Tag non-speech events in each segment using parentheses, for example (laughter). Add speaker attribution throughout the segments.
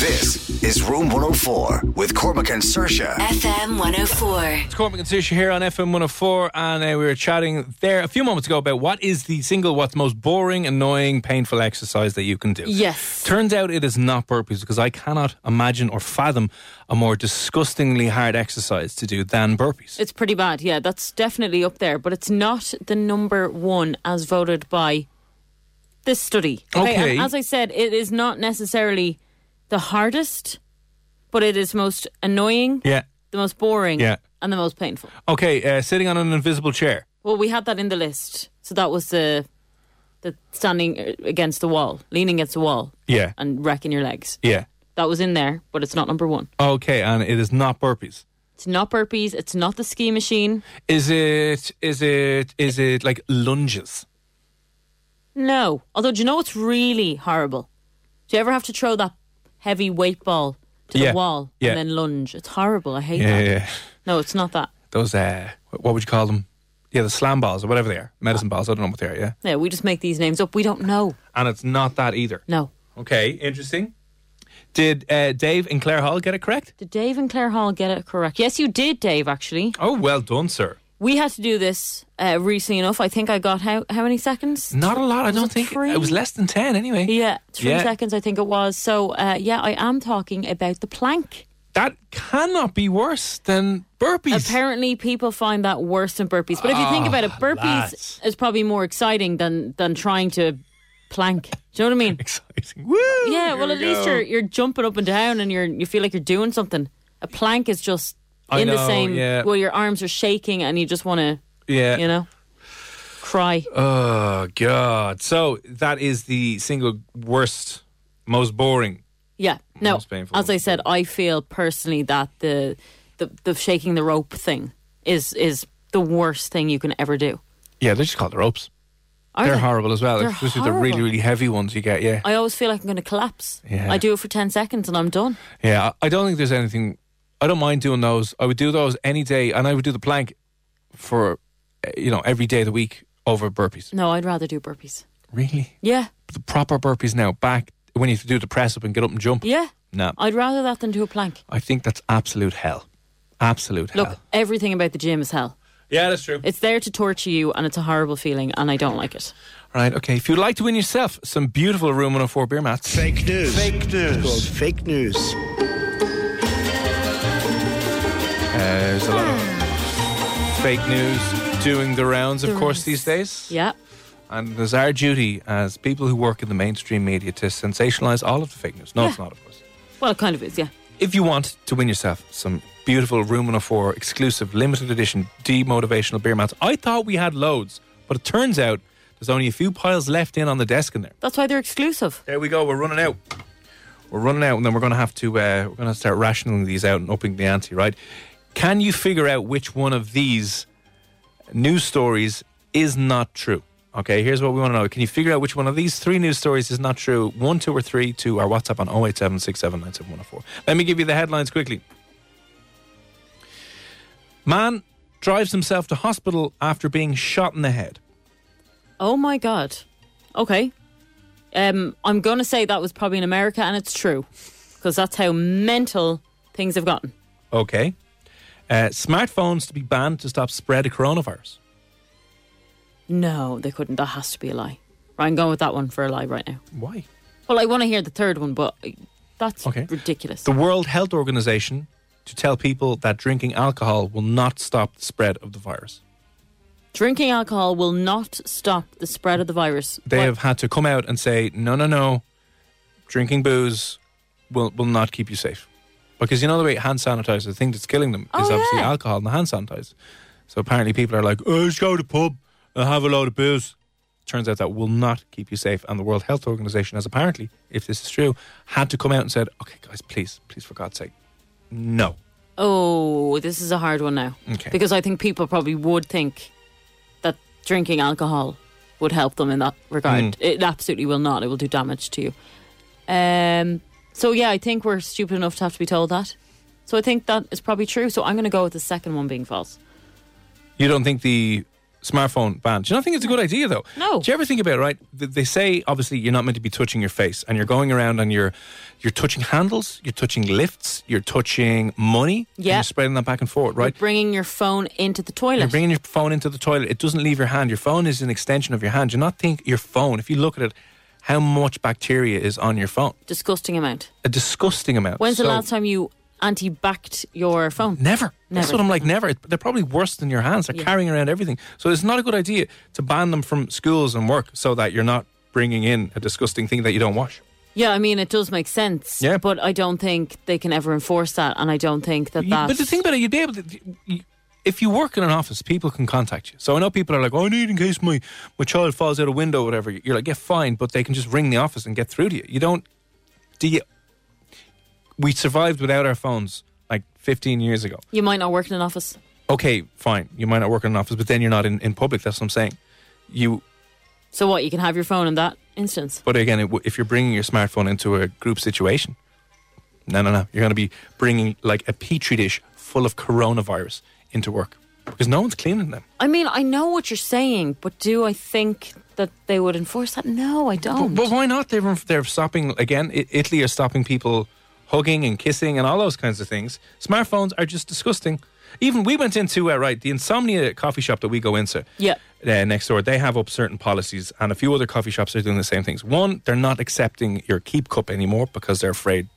Speaker 1: This is Room 104 with Cormac and Sersha.
Speaker 2: FM 104.
Speaker 3: It's Cormac and Tisha here on FM 104, and uh, we were chatting there a few moments ago about what is the single, what's the most boring, annoying, painful exercise that you can do.
Speaker 4: Yes.
Speaker 3: Turns out it is not burpees because I cannot imagine or fathom a more disgustingly hard exercise to do than burpees.
Speaker 4: It's pretty bad. Yeah, that's definitely up there, but it's not the number one as voted by this study.
Speaker 3: Okay.
Speaker 4: and as I said, it is not necessarily the hardest, but it is most annoying,
Speaker 3: yeah.
Speaker 4: the most boring,
Speaker 3: Yeah.
Speaker 4: and the most painful.
Speaker 3: Okay, uh, sitting on an invisible chair.
Speaker 4: Well, we had that in the list, so that was the the standing uh, against the wall, leaning against the wall,
Speaker 3: Yeah.
Speaker 4: and wrecking your legs.
Speaker 3: Yeah.
Speaker 4: That was in there, but it's not number one.
Speaker 3: Okay, and it is not burpees.
Speaker 4: It's not burpees. It's not the ski machine.
Speaker 3: Is it, is it, is it like lunges?
Speaker 4: No. Although, do you know what's really horrible? Do you ever have to throw that heavy weight ball to
Speaker 3: Yeah.
Speaker 4: the wall
Speaker 3: Yeah.
Speaker 4: and then lunge? It's horrible. I hate
Speaker 3: Yeah,
Speaker 4: that.
Speaker 3: yeah, yeah.
Speaker 4: No, it's not that.
Speaker 3: Those, uh, what would you call them? Yeah, the slam balls or whatever they are. Medicine balls, I don't know what they are, yeah.
Speaker 4: Yeah, we just make these names up. We don't know.
Speaker 3: And it's not that either.
Speaker 4: No.
Speaker 3: Okay, interesting. Did uh, Dave and Claire Hall get it correct?
Speaker 4: Did Dave and Claire Hall get it correct? Yes, you did, Dave, actually.
Speaker 3: Oh, well done, sir.
Speaker 4: We had to do this uh, recently enough. I think I got how, how many seconds?
Speaker 3: Not a lot, I don't
Speaker 4: it
Speaker 3: think.
Speaker 4: three?
Speaker 3: It was less than 10 anyway.
Speaker 4: Yeah, three
Speaker 3: Yeah.
Speaker 4: seconds, I think it was. So, uh, yeah, I am talking about the plank.
Speaker 3: That cannot be worse than burpees. Ah,
Speaker 4: Apparently, people find that worse than burpees. But if you think about it, burpees
Speaker 3: lads.
Speaker 4: is probably more exciting than than trying to plank. Do you know what I mean?
Speaker 3: (laughs) Exciting. Woo!
Speaker 4: Yeah.
Speaker 3: Here
Speaker 4: Well,
Speaker 3: we
Speaker 4: at least
Speaker 3: go.
Speaker 4: you're you're jumping up and down, and you're you feel like you're doing something. A plank is just
Speaker 3: I
Speaker 4: in
Speaker 3: know,
Speaker 4: the same.
Speaker 3: yeah.
Speaker 4: Well, your arms are shaking, and you just want to,
Speaker 3: Yeah.
Speaker 4: you know, cry.
Speaker 3: Oh, God. So that is the single worst, most boring.
Speaker 4: Yeah. No.
Speaker 3: Most painful
Speaker 4: As I
Speaker 3: ones.
Speaker 4: said, I feel personally that the the the shaking the rope thing is is the worst thing you can ever do.
Speaker 3: Yeah, they're just called the ropes.
Speaker 4: Are
Speaker 3: they're
Speaker 4: they?
Speaker 3: horrible as well,
Speaker 4: They're
Speaker 3: especially the really,
Speaker 4: horrible.
Speaker 3: really heavy ones you get. Yeah.
Speaker 4: I always feel like I'm going to collapse.
Speaker 3: Yeah.
Speaker 4: I do it for 10 seconds and I'm done.
Speaker 3: Yeah, I I don't think there's anything. I don't mind doing those. I would do those any day, and I would do the plank for uh, you know every day of the week over burpees.
Speaker 4: No, I'd rather do burpees.
Speaker 3: Really,
Speaker 4: Yeah,
Speaker 3: the proper burpees now. Back when you do the press up and get up and jump.
Speaker 4: yeah.
Speaker 3: No, I,
Speaker 4: I'd rather that than do a plank.
Speaker 3: think that's absolute hell. Absolute
Speaker 4: Look,
Speaker 3: hell.
Speaker 4: everything about the gym is hell.
Speaker 3: Yeah, that's true.
Speaker 4: It's there to torture you and it's a horrible feeling and I don't like it.
Speaker 3: All right, okay. If you'd like to win yourself some beautiful Room 104 beer mats,
Speaker 5: Fake news. Fake news. Fake news.
Speaker 3: uh, there's a lot of fake news doing the rounds, of
Speaker 4: The
Speaker 3: course,
Speaker 4: rounds.
Speaker 3: these days.
Speaker 4: Yeah.
Speaker 3: And it is our duty as people who work in the mainstream media to sensationalise all of the fake news. No, it's
Speaker 4: Yeah.
Speaker 3: not, of course.
Speaker 4: Well, it kind of is, yeah.
Speaker 3: If you want to win yourself some beautiful Room 104 exclusive limited edition demotivational beer mats, I thought we had loads, but it turns out there's only a few piles left in on the desk in there.
Speaker 4: That's why they're exclusive.
Speaker 3: There we go. We're running out. We're running out, and then we're going to have to uh, we're going to start rationing these out and upping the ante, right? Can you figure out which one of these news stories is not true? Okay, here's what we want to know. Can you figure out which one of these three news stories is not true? One, two, or three to our WhatsApp on 087 Let me give you the headlines quickly. Man drives himself to hospital after being shot in the head.
Speaker 4: Oh my God. Okay. Um, I'm going to say that was probably in America and it's true because that's how mental things have gotten.
Speaker 3: Okay. Uh, smartphones to be banned to stop spread of coronavirus.
Speaker 4: No, they couldn't. That has to be a lie. Right, I'm going with that one for a lie right now.
Speaker 3: Why?
Speaker 4: Well, I want to hear the third one, but uh, that's
Speaker 3: Okay.
Speaker 4: ridiculous.
Speaker 3: The World Health Organization to tell people that drinking alcohol will not stop the spread of the virus.
Speaker 4: Drinking alcohol will not stop the spread of the virus.
Speaker 3: They
Speaker 4: What-
Speaker 3: have had to come out and say, no, no, no, drinking booze will, will not keep you safe. Because you know the way hand sanitizer, the thing that's killing them is
Speaker 4: Oh,
Speaker 3: obviously
Speaker 4: yeah.
Speaker 3: alcohol and the hand sanitizer. So apparently people are like, oh, let's go to the pub and have a load of booze. Turns out that will not keep you safe. And the World Health Organization has apparently, if this is true, had to come out and said, okay, guys, please, please, for God's sake, no.
Speaker 4: Oh, this is a hard one now.
Speaker 3: Okay.
Speaker 4: Because I think people probably would think that drinking alcohol would help them in that regard.
Speaker 3: Mm.
Speaker 4: It absolutely will not. It will do damage to you. Um. So yeah, I think we're stupid enough to have to be told that. So I think that is probably true. So I'm going to go with the second one being false.
Speaker 3: You don't think the smartphone ban? Do you not think it's a good idea though?
Speaker 4: No.
Speaker 3: Do you ever think about it, right? th- They say obviously you're not meant to be touching your face, and you're going around and you're you're touching handles, you're touching lifts, you're touching money. and
Speaker 4: Yeah.
Speaker 3: You're spreading that back and forth, right?
Speaker 4: You're bringing your phone into the toilet.
Speaker 3: You're bringing your phone into the toilet. It doesn't leave your hand. Your phone is an extension of your hand. Do you not think your phone? If you look at it, how much bacteria is on your phone?
Speaker 4: Disgusting amount.
Speaker 3: A disgusting amount.
Speaker 4: When's the
Speaker 3: So-
Speaker 4: last time you anti-backed your phone?
Speaker 3: Never. That's
Speaker 4: Never.
Speaker 3: what I'm like. Never. It- They're probably worse than your hands. They're carrying around everything. So it's not a good idea to ban them from schools and work so that you're not bringing in a disgusting thing that you don't wash.
Speaker 4: Yeah, I mean it does make sense.
Speaker 3: Yeah.
Speaker 4: But I don't think they can ever enforce that, and I don't think that
Speaker 3: You-
Speaker 4: that.
Speaker 3: but the thing about it, you'd be able to. you- if you work in an office, people can contact you. So I know people are like, "Oh, I need in case my, my child falls out a window or whatever. You're like, yeah, fine, but they can just ring the office and get through to you. You don't. Do you. We survived without our phones like 15 years ago.
Speaker 4: You might not work in an office.
Speaker 3: Okay, fine. You might not work in an office, but then you're not in, in public. That's what I'm saying. You
Speaker 4: So what? You can have your phone in that instance.
Speaker 3: But again, it, w- if you're bringing your smartphone into a group situation, no, no, no. You're going to be bringing like a petri dish full of coronavirus into work because no one's cleaning them.
Speaker 4: I mean, I know what you're saying, but do I think that they would enforce that? No, I don't.
Speaker 3: But, but why not? They're, they're stopping, again, I- Italy are stopping people hugging and kissing and all those kinds of things. Smartphones are just disgusting. Even we went into, uh, right, the insomnia coffee shop that we go into.
Speaker 4: Yeah.
Speaker 3: Uh, next door, they have up certain policies, and a few other coffee shops are doing the same things. One, they're not accepting your keep cup anymore because they're afraid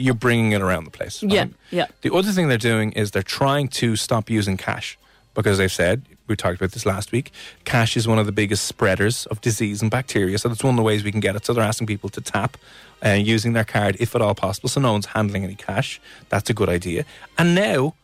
Speaker 3: you're bringing it around the place.
Speaker 4: Yeah,
Speaker 3: right?
Speaker 4: yeah.
Speaker 3: The other thing they're doing is they're trying to stop using cash because they've said, we talked about this last week, cash is one of the biggest spreaders of disease and bacteria. So that's one of the ways we can get it. So they're asking people to tap uh, using their card if at all possible. So no one's handling any cash. That's a good idea. And now,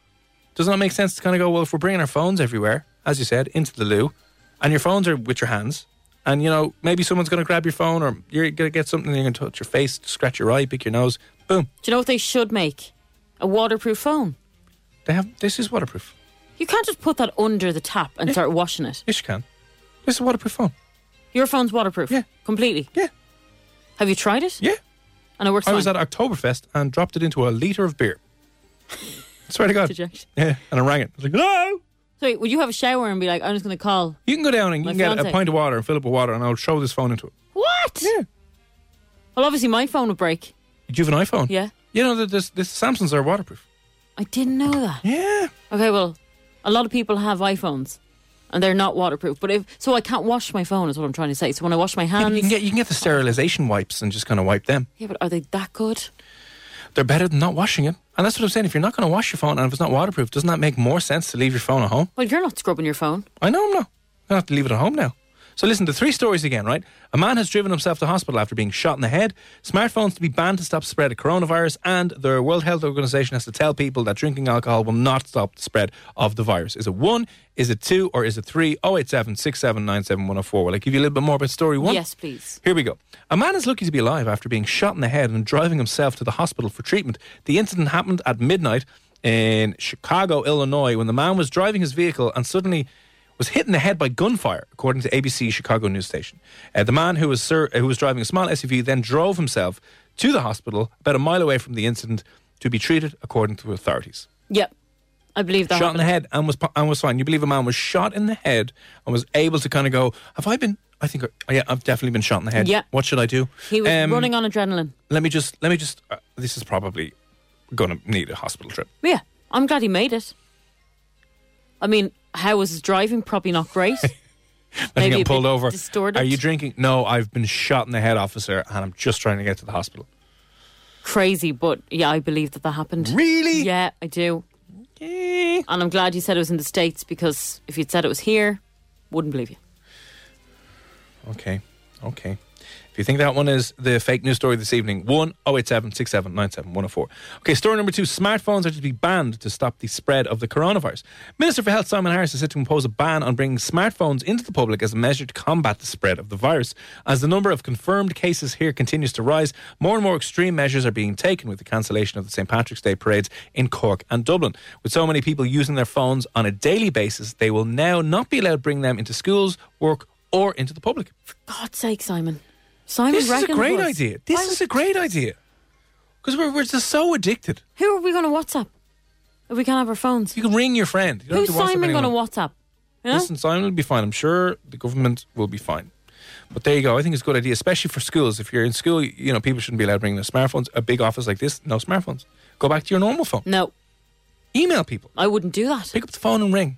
Speaker 3: does not make sense to kind of go, well, if we're bringing our phones everywhere, as you said, into the loo, and your phones are with your hands, and you know, maybe someone's going to grab your phone or you're going to get something and you're going to touch your face, scratch your eye, pick your nose, boom.
Speaker 4: do you know what they should make? A waterproof phone.
Speaker 3: They have this is waterproof.
Speaker 4: You can't just put that under the tap and start washing it.
Speaker 3: Yes, you can. This is a waterproof phone.
Speaker 4: Your phone's waterproof.
Speaker 3: Yeah.
Speaker 4: Completely.
Speaker 3: Yeah,
Speaker 4: Have you tried it?
Speaker 3: yeah.
Speaker 4: And it works
Speaker 3: I was
Speaker 4: fine.
Speaker 3: at Oktoberfest and dropped it into a liter of beer. (laughs) Swear to God.
Speaker 4: Did you actually?
Speaker 3: Yeah, and I rang it. I was like, hello.
Speaker 4: So wait, would you have a shower and be like, I'm just going to call?
Speaker 3: You can go down and you
Speaker 4: My
Speaker 3: can get a
Speaker 4: fiance.
Speaker 3: pint of water and fill up with water, and I'll throw this phone into it.
Speaker 4: What?
Speaker 3: Yeah.
Speaker 4: Well, obviously my phone would break.
Speaker 3: Do you have an iPhone?
Speaker 4: Yeah.
Speaker 3: You know that this, this Samsung's are waterproof.
Speaker 4: I didn't know that.
Speaker 3: Yeah.
Speaker 4: Okay, well, a lot of people have iPhones, and they're not waterproof. But if so, I can't wash my phone. Is what I'm trying to say. So when I wash my
Speaker 3: Yeah, but
Speaker 4: hands,
Speaker 3: you can get you can get the sterilization wipes and just kind of wipe them.
Speaker 4: yeah, but are they that good?
Speaker 3: They're better than not washing it. And that's what I'm saying. If you're not going to wash your phone and if it's not waterproof, doesn't that make more sense to leave your phone at home?
Speaker 4: Well, you're not scrubbing your phone.
Speaker 3: I know I'm not. I'm going to have to leave it at home now. So listen to three stories again, right? A man has driven himself to hospital after being shot in the head. Smartphones to be banned to stop spread of coronavirus, and the World Health Organization has to tell people that drinking alcohol will not stop the spread of the virus. Is it one? Is it two? Or is it three? 087 Will I give you a little bit more about story one?
Speaker 4: Yes, please.
Speaker 3: Here we go. A man is lucky to be alive after being shot in the head and driving himself to the hospital for treatment. The incident happened at midnight in Chicago, Illinois, when the man was driving his vehicle and suddenly was hit in the head by gunfire, according to ABC Chicago news station. Uh, the man who was sir, who was driving a small SUV then drove himself to the hospital about a mile away from the incident to be treated, according to authorities.
Speaker 4: Yep, I believe that.
Speaker 3: Shot in the
Speaker 4: happened.
Speaker 3: head and was and was fine. You believe a man was shot in the head and was able to kind of go, "Have I been? I think, I- yeah, I've definitely been shot in the head.
Speaker 4: Yeah.
Speaker 3: What should I do?"
Speaker 4: He was
Speaker 3: Um,
Speaker 4: running on adrenaline.
Speaker 3: Let me just. Let me just. Uh, this is probably going to need a hospital trip.
Speaker 4: Yeah,
Speaker 3: (laughs)
Speaker 4: I'm glad he made it. I mean, how was his driving? Probably not great.
Speaker 3: Then you
Speaker 4: Maybe
Speaker 3: get
Speaker 4: a
Speaker 3: pulled
Speaker 4: bit
Speaker 3: over.
Speaker 4: distorted.
Speaker 3: Are you drinking? No, I've been shot in the head, officer, and I'm just trying to get to the hospital.
Speaker 4: Crazy, but yeah, I believe that that happened.
Speaker 3: Really?
Speaker 4: Yeah, I do. And I'm glad you said it was in the States because if you'd said it was here, wouldn't believe you.
Speaker 3: Okay. Okay. If you think that one is the fake news story this evening, oh 1 087 67 97 104. Okay, story number two smartphones are to be banned to stop the spread of the coronavirus. Minister for Health Simon Harris is set to impose a ban on bringing smartphones into the public as a measure to combat the spread of the virus. As the number of confirmed cases here continues to rise, more and more extreme measures are being taken with the cancellation of the St. Patrick's Day parades in Cork and Dublin. With so many people using their phones on a daily basis, they will now not be allowed to bring them into schools, work, or into the public.
Speaker 4: God's sake, Simon. Simon
Speaker 3: This is a
Speaker 4: reckoned
Speaker 3: great
Speaker 4: was.
Speaker 3: idea. This
Speaker 4: Why
Speaker 3: is
Speaker 4: would-
Speaker 3: a great idea. Because we're, we're just so addicted.
Speaker 4: Who are we going to WhatsApp if we can't have our phones?
Speaker 3: You can ring your friend. You don't
Speaker 4: Who's
Speaker 3: have to WhatsApp
Speaker 4: Simon going to
Speaker 3: anyone.
Speaker 4: WhatsApp? You know?
Speaker 3: Listen, Simon will be fine. I'm sure the government will be fine. But there you go. I think it's a good idea, especially for schools. If you're in school, you- you know, people shouldn't be allowed to bring their smartphones. A big office like this, no smartphones. Go back to your normal phone.
Speaker 4: No,
Speaker 3: Email people.
Speaker 4: I wouldn't do that.
Speaker 3: Pick up the phone and ring.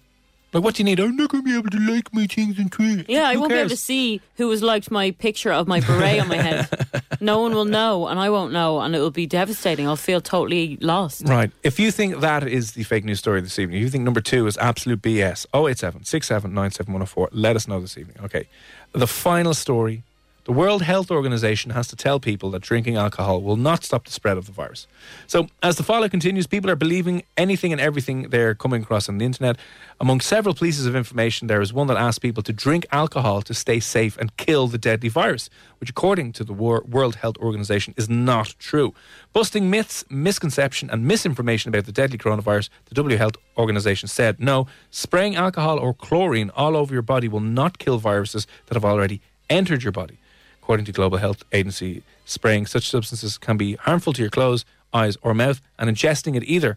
Speaker 3: Like, what do you need? Oh, I'm not going to be able to like my things and tweet.
Speaker 4: Yeah, I
Speaker 3: Who
Speaker 4: won't be able to
Speaker 3: cares?
Speaker 4: see who has liked my picture of my beret on my head.
Speaker 3: (laughs)
Speaker 4: No one will know, and I won't know, and it will be devastating. I'll feel totally lost.
Speaker 3: Right. If you think that is the fake news story this evening, if you think number two is absolute oh BS, 087 6797104, let us know this evening. Okay. The final story the World Health Organization has to tell people that drinking alcohol will not stop the spread of the virus. So, as the fallout continues, people are believing anything and everything they're coming across on the internet. Among several pieces of information, there is one that asks people to drink alcohol to stay safe and kill the deadly virus, which, according to the Wor- World Health Organization, is not true. Busting myths, misconception, and misinformation about the deadly coronavirus, the W Health Organization said no, spraying alcohol or chlorine all over your body will not kill viruses that have already entered your body. According to Global Health Agency, spraying such substances can be harmful to your clothes, eyes, or mouth, and ingesting it either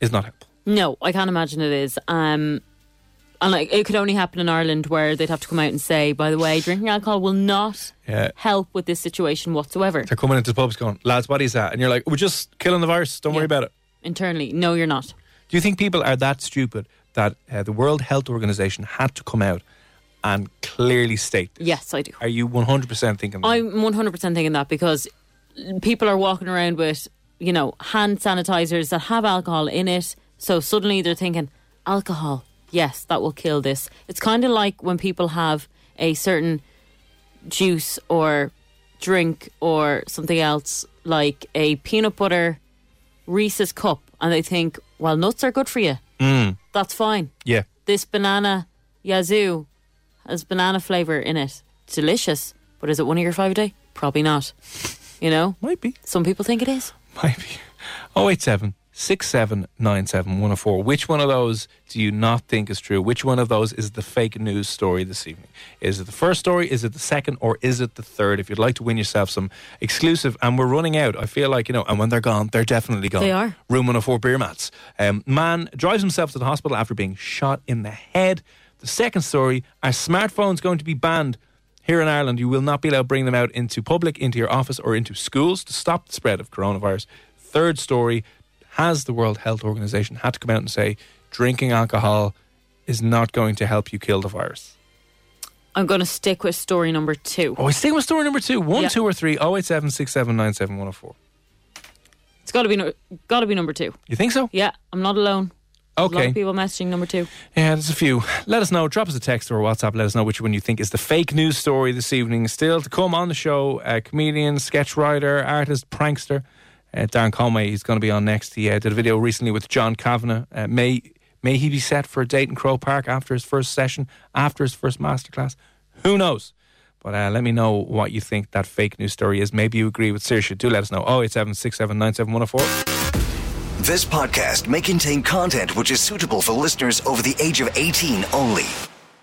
Speaker 3: is not helpful.
Speaker 4: No, I can't imagine it is. Um, and like, it could only happen in Ireland where they'd have to come out and say, by the way, drinking alcohol will not
Speaker 3: Yeah.
Speaker 4: help with this situation whatsoever.
Speaker 3: They're coming into the pubs going, lads, what is that? And you're like, we're just killing the virus. Don't worry
Speaker 4: Yeah.
Speaker 3: about it.
Speaker 4: Internally, no, you're not.
Speaker 3: Do you think people are that stupid that uh, the World Health Organization had to come out and clearly state this?
Speaker 4: Yes, I do.
Speaker 3: Are you 100% thinking that?
Speaker 4: I'm 100% thinking that because people are walking around with, you know, hand sanitizers that have alcohol in it. So suddenly they're thinking, alcohol, yes, that will kill this. It's kind of like when people have a certain juice or drink or something else, like a peanut butter Reese's cup, and they think, well, nuts are good for you. That's fine
Speaker 3: yeah.
Speaker 4: this banana yazoo has banana flavor in it. It's delicious, but is it one of your five a day? Probably not. You know,
Speaker 3: Might be. (laughs)
Speaker 4: some people think it is.
Speaker 3: Might be. Oh, 087 104. Which one of those do you not think is true? Which one of those is the fake news story this evening? Is it the first story? Is it the second? Or is it the third? If you'd like to win yourself some exclusive, and we're running out, I feel like, you know, and when they're gone, they're definitely gone.
Speaker 4: They are.
Speaker 3: Room 104 beer mats. Um, man drives himself to the hospital after being shot in the head. The second story are smartphones going to be banned here in Ireland? You will not be allowed to bring them out into public, into your office, or into schools to stop the spread of coronavirus. Third story has the World Health Organization had to come out and say drinking alcohol is not going to help you kill the virus?
Speaker 4: I'm going to stick with story number two.
Speaker 3: Oh, I stay with story number two. One,
Speaker 4: Yeah.
Speaker 3: two, or three. 087 6797 104.
Speaker 4: It's got to be no- got to be number two.
Speaker 3: You think so?
Speaker 4: Yeah, I'm not alone. There's A lot
Speaker 3: Okay.
Speaker 4: of people messaging number two.
Speaker 3: Yeah, there's a few. Let us know. Drop us a text or a WhatsApp. Let us know which one you think is the fake news story this evening. Still to come on the show, uh, comedian, sketch writer, artist, prankster, uh, Darren Conway. He's going to be on next. He uh, did a video recently with John Kavanagh. Uh, may may he be set for a date in Crow Park after his first session, after his first masterclass? Who knows? But uh, let me know what you think that fake news story is. Maybe you agree with Sirsha. Do let us know. 087
Speaker 1: This podcast may contain content which is suitable for listeners over the age of 18 only.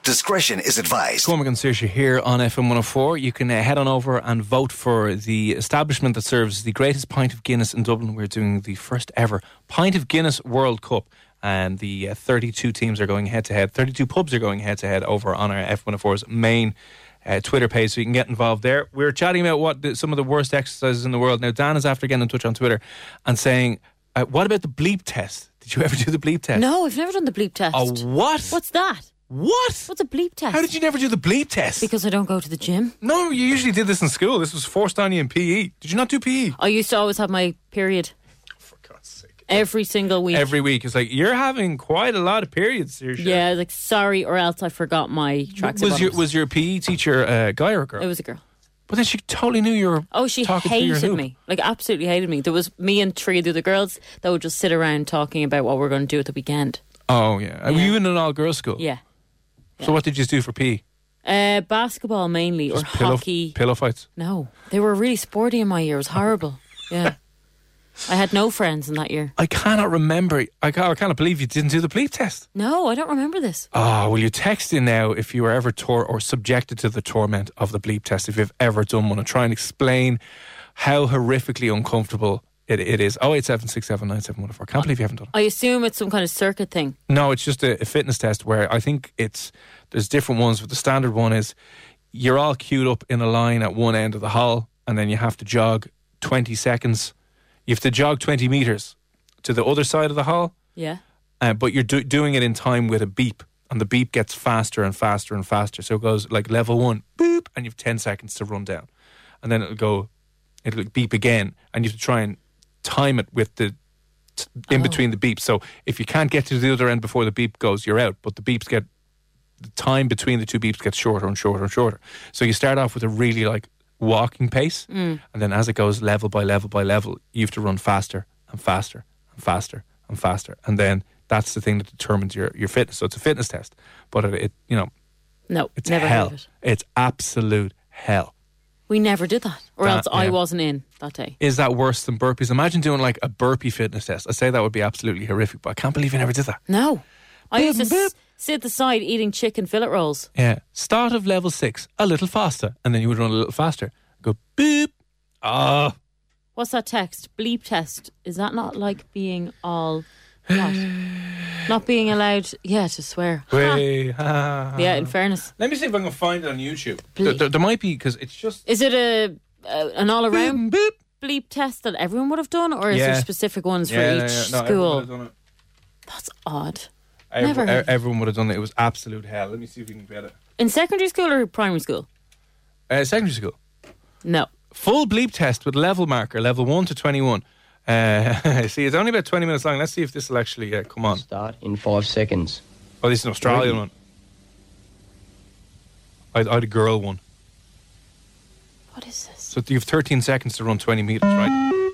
Speaker 1: Discretion is advised.
Speaker 3: Cormac and Saoirse here on FM 104. You can uh, head on over and vote for the establishment that serves the greatest pint of Guinness in Dublin. We're doing the first ever Pint of Guinness World Cup. And the uh, 32 teams are going head to head. 32 pubs are going head to head over on our F104's main uh, Twitter page, so you can get involved there. We're chatting about what the, some of the worst exercises in the world. Now, Dan is after getting in touch on Twitter and saying, uh, What about the bleep test? Did you ever do the bleep test?
Speaker 4: No, I've never done the bleep test.
Speaker 3: A what?
Speaker 4: What's that?
Speaker 3: What?
Speaker 4: What's a bleep test?
Speaker 3: Oh. How did you never do the bleep test?
Speaker 4: Because I don't go to the gym.
Speaker 3: no, you usually did this in school. This was forced on you in PE. Did you not do E? PE?
Speaker 4: I used to always have my period
Speaker 3: For God's sake.
Speaker 4: every single week.
Speaker 3: Every week, it's like you're having quite a lot of periods here. Sharon."
Speaker 4: yeah, like sorry, or else I forgot my tracks.
Speaker 3: Was your was your PE teacher a guy or a girl?
Speaker 4: it was a girl.
Speaker 3: but then she totally knew you were.
Speaker 4: Oh, she
Speaker 3: talking through your
Speaker 4: hated
Speaker 3: hoop.
Speaker 4: me. Like absolutely hated me. There was me and three of the other girls that would just sit around talking about what we're going to do at the weekend.
Speaker 3: Oh yeah. Were
Speaker 4: Yeah.
Speaker 3: you in an all girls school?
Speaker 4: Yeah.
Speaker 3: So what did you do for PE?
Speaker 4: Uh, basketball mainly or
Speaker 3: pillow,
Speaker 4: hockey.
Speaker 3: pillow fights.
Speaker 4: no, they were really sporty in my year. It was horrible.
Speaker 3: (laughs)
Speaker 4: Yeah, I had no friends in that year.
Speaker 3: I cannot remember. I, ca- I cannot believe you didn't do the bleep test.
Speaker 4: No, I don't remember this.
Speaker 3: Oh, will you text in now if you were ever tor- or subjected to the torment of the bleep test, if you've ever done one, and try and explain how horrifically uncomfortable it, it is. Oh, 08767971004. Can't believe you haven't done it.
Speaker 4: I assume it's some kind of circuit thing.
Speaker 3: No, it's just a, a fitness test where I think it's there's different ones, but the standard one is you're all queued up in a line at one end of the hall, and then you have to jog 20 seconds. You have to jog 20 meters to the other side of the hall,
Speaker 4: Yeah.
Speaker 3: uh, but you're do- doing it in time with a beep, and the beep gets faster and faster and faster. So it goes like level one, boop, and you've ten seconds to run down, and then it'll go, it'll beep again, and you have to try and time it with the t- in between the beeps. So if you can't get to the other end before the beep goes, you're out. But the beeps get the time between the two beeps gets shorter and shorter and shorter. So you start off with a really like walking pace,
Speaker 4: Mm.
Speaker 3: and then as it goes level by level by level, you have to run faster and faster and faster and faster, and then that's the thing that determines your your fitness. So it's a fitness test, but it, it you know
Speaker 4: No,
Speaker 3: it's
Speaker 4: never
Speaker 3: hell.
Speaker 4: heard of it.
Speaker 3: It's absolute hell.
Speaker 4: We never did that, or
Speaker 3: That-
Speaker 4: else I
Speaker 3: yeah.
Speaker 4: wasn't in that day.
Speaker 3: Is that worse than burpees? Imagine doing like a burpee fitness test. I say that would be absolutely horrific, but I can't believe you never did that.
Speaker 4: No, I
Speaker 3: Boop,
Speaker 4: used to
Speaker 3: boop.
Speaker 4: s- sit at the side eating chicken fillet rolls.
Speaker 3: Yeah. Start of level six, a little faster, and then you would run a little faster. Go boop. Ah.
Speaker 4: What's that text? Bleep test. Is that not like being all
Speaker 3: (sighs)
Speaker 4: what? not being allowed? Yeah, to swear.
Speaker 3: Way, ha, ha,
Speaker 4: Yeah,
Speaker 3: ha.
Speaker 4: in fairness,
Speaker 3: Let me see if I can find it on YouTube.
Speaker 4: Please.
Speaker 3: There, there- there might be because it's just
Speaker 4: is it a, a an all around
Speaker 3: boop.
Speaker 4: bleep test that everyone would have done, or is
Speaker 3: Yeah.
Speaker 4: there specific ones for
Speaker 3: Yeah, yeah,
Speaker 4: each
Speaker 3: yeah. No,
Speaker 4: school?
Speaker 3: everyone would have done it.
Speaker 4: That's odd.
Speaker 3: Every-
Speaker 4: Never heard.
Speaker 3: e- everyone would have done it. It was absolute hell. Let me see if we can get it.
Speaker 4: In secondary school or primary school?
Speaker 3: Uh, secondary school.
Speaker 4: No.
Speaker 3: Full bleep test with level marker, level 1 to 21. Uh, (laughs) see, it's only about 20 minutes long. Let's see if this will actually uh, come on.
Speaker 2: Start in five seconds.
Speaker 3: Oh, this is an Australian one. I, I had a girl one.
Speaker 4: What is this?
Speaker 3: So you have 13 seconds to run 20 meters, right?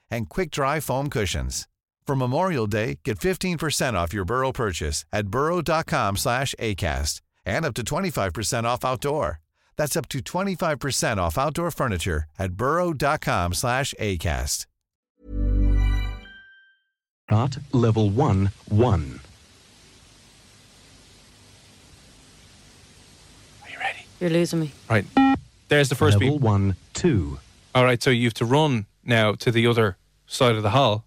Speaker 6: and quick-dry foam cushions. For Memorial Day, get 15% off your Burrow purchase at burrow.com/acast and up to 25% off outdoor. That's up to 25% off outdoor furniture at burrow.com/acast.
Speaker 7: Start level 1 1.
Speaker 3: Are you ready?
Speaker 4: You're losing me.
Speaker 3: Right. There's the first
Speaker 7: level
Speaker 3: beep.
Speaker 7: 1 2.
Speaker 3: All right, so you have to run now to the other side of the hall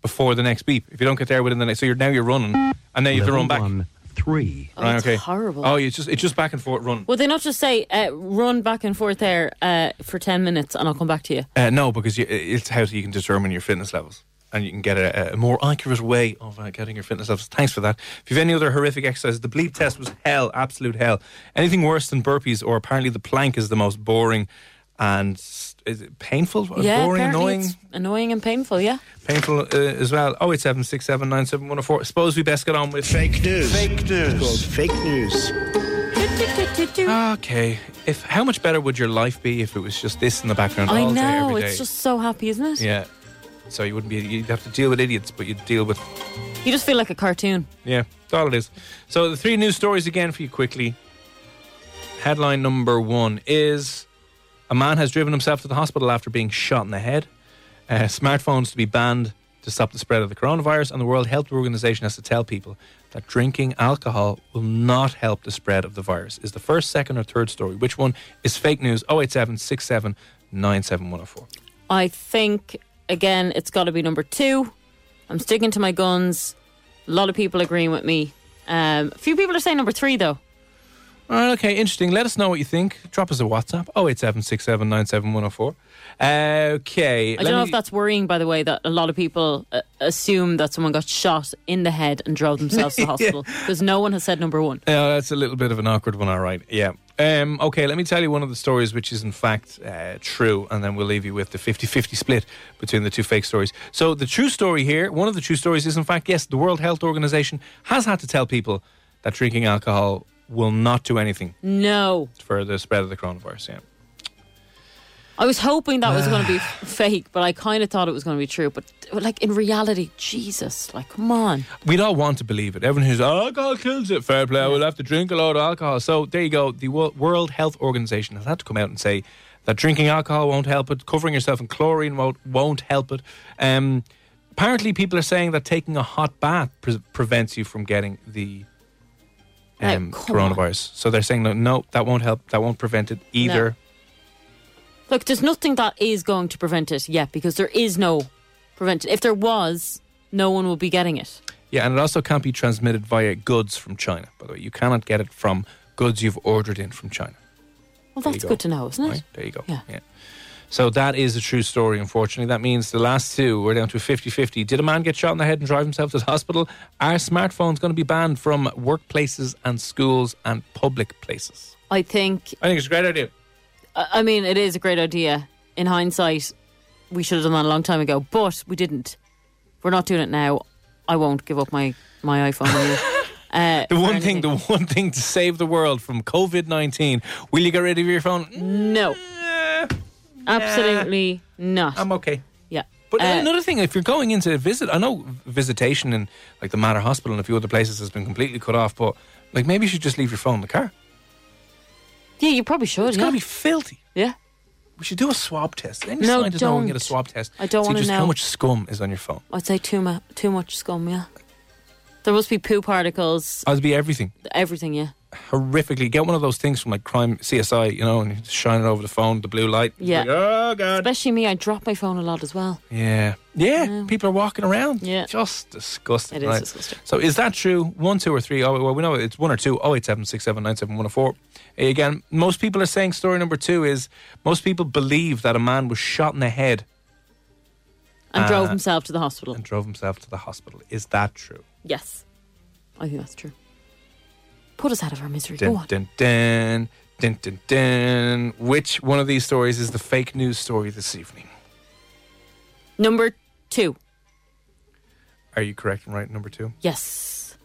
Speaker 3: before the next beep. If you don't get there within the next, so you're now you're running, and now you have to
Speaker 7: level
Speaker 3: run back.
Speaker 7: 1 3.
Speaker 4: Oh,
Speaker 3: right?
Speaker 4: it's
Speaker 3: okay.
Speaker 4: horrible.
Speaker 3: Oh, it's just it's just back and forth run.
Speaker 4: Would they not just say uh, run back and forth there uh, for ten minutes and I'll come back to you?
Speaker 3: Uh, no, because you, it's how you can determine your fitness levels, and you can get a, a more accurate way of uh, getting your fitness levels. Thanks for that. If you've any other horrific exercises, the bleep test was hell, absolute hell. Anything worse than burpees, or apparently the plank is the most boring, and s- is it painful,
Speaker 4: yeah,
Speaker 3: boring,
Speaker 4: apparently
Speaker 3: annoying,
Speaker 4: it's annoying and painful. Yeah.
Speaker 3: painful uh, as well. Oh eight seven six seven nine seven one zero four. Suppose we best get on with
Speaker 2: Fake news. Fake news. It's called fake news.
Speaker 3: Ah. Okay, if how much better would your life be if it was just this in the background
Speaker 4: I
Speaker 3: all day
Speaker 4: know.
Speaker 3: every day?
Speaker 4: It's just so happy, isn't it?
Speaker 3: yeah. So you wouldn't be. You'd have to deal with idiots, but you'd deal with
Speaker 4: You just feel like a cartoon.
Speaker 3: Yeah, that's all it is. So the three news stories again for you quickly. Headline number one is a man has driven himself to the hospital after being shot in the head. Uh, smartphones to be banned to stop the spread of the coronavirus, and the World Health Organization has to tell people that drinking alcohol will not help the spread of the virus. Is the first, second, or third story? Which one is fake news? 087 67 97104.
Speaker 4: I think again, it's got to be number two. I'm sticking to my guns. A lot of people agreeing with me. Um, a few people are saying number three though.
Speaker 3: All right, okay, interesting. Let us know what you think. Drop us a WhatsApp 087 67 97104. Okay.
Speaker 4: I don't know if that's worrying, by the way, that a lot of people uh, assume that someone got shot in the head and drove
Speaker 3: (laughs)
Speaker 4: themselves to the hospital because no one has said number one.
Speaker 3: Yeah, uh, that's a little bit of an awkward one, all right. Yeah. Um, okay, let me tell you one of the stories which is in fact uh, true, and then we'll leave you with the 50 50 split between the two fake stories. So, the true story here, one of the true stories is in fact, yes, the World Health Organization has had to tell people that drinking alcohol will not do anything
Speaker 4: Mm. No,
Speaker 3: for the spread of the coronavirus. Yeah.
Speaker 4: I was hoping that was going
Speaker 3: (sighs)
Speaker 4: to be f- fake, but I kind of thought it was going to be true. But like in reality, Jesus, like come on,
Speaker 3: We'd all want to believe it. Everyone who's alcohol kills it. Fair play. We'll have to drink a lot of alcohol. So there you go. The Wo- World Health Organization has had to come out and say that drinking alcohol won't help it. Covering yourself in chlorine won't, won't help it. Um, apparently, people are saying that taking a hot bath pre- prevents you from getting the
Speaker 4: Oh,
Speaker 3: um,
Speaker 4: come on.
Speaker 3: coronavirus. So they're saying, no, no, that won't help. That won't prevent it either.
Speaker 4: Look, there's nothing that is going to prevent it yet because there is no prevent. If there was, no one would be getting it.
Speaker 3: Yeah, and it also can't be transmitted via goods from China. By the way, you cannot get it from goods you've ordered in from China.
Speaker 4: Well,
Speaker 3: There you
Speaker 4: that's
Speaker 3: go.
Speaker 4: good to know, isn't it?
Speaker 3: Right, There you go.
Speaker 4: Yeah.
Speaker 3: So that is a true story, unfortunately. That means the last two, we're down to 50 50. Did a man get shot in the head and drive himself to the hospital? Are smartphones going to be banned from workplaces and schools and public places?
Speaker 4: I think.
Speaker 3: I think it's a great idea.
Speaker 4: I I mean, it is a great idea. In hindsight, we should have done that a long time ago, but we didn't. We're not doing it now. I won't give up my my
Speaker 3: (laughs)
Speaker 4: iPhone. on you. Uh,
Speaker 3: The
Speaker 4: for
Speaker 3: one thing, the
Speaker 4: anything.
Speaker 3: one thing to save the world from COVID 19. Will you get rid of your phone?
Speaker 4: no,
Speaker 3: Nah,
Speaker 4: absolutely not.
Speaker 3: I'm okay.
Speaker 4: yeah,
Speaker 3: Um, But
Speaker 4: Uh,
Speaker 3: another thing, if you're going into visit, I know visitation in like the Matter Hospital and a few other places has been completely cut off, but like maybe you should just leave your phone in the car.
Speaker 4: yeah, you probably should.
Speaker 3: It's
Speaker 4: yeah.
Speaker 3: going to be filthy.
Speaker 4: yeah.
Speaker 3: We should do a swab test. Any
Speaker 4: No,
Speaker 3: scientist know we can get a
Speaker 4: don't.
Speaker 3: swab test.
Speaker 4: I don't
Speaker 3: See
Speaker 4: wanna
Speaker 3: just how
Speaker 4: know.
Speaker 3: much scum is on your phone.
Speaker 4: I'd say too much too much scum. Yeah, there must be poo particles.
Speaker 3: I'd be everything
Speaker 4: Everything. Yeah,
Speaker 3: horrifically. Get one of those things from like crime CSI, you know, and you just shine it over the phone, the blue light. It's
Speaker 4: Yeah.
Speaker 3: like, oh god.
Speaker 4: especially me. I drop my phone a lot as well.
Speaker 3: yeah. Yeah. People are walking around.
Speaker 4: Yeah.
Speaker 3: Just disgusting.
Speaker 4: It is
Speaker 3: right?
Speaker 4: disgusting.
Speaker 3: So is that true? One, two, or three? Oh, well, we know it's one or two. Oh, eight seven six seven nine seven one zero four. Again, most people are saying story number two is most people believe that a man was shot in the head
Speaker 4: And
Speaker 3: Uh,
Speaker 4: drove himself to the hospital.
Speaker 3: and drove himself to the hospital. Is that true?
Speaker 4: Yes, I think that's true. Put us out of our misery. Go
Speaker 3: Dun,
Speaker 4: on.
Speaker 3: dun, dun, dun, dun, dun. Which one of these stories is the fake news story this evening?
Speaker 4: Number two.
Speaker 3: Are you correct and right, number two?
Speaker 4: Yes.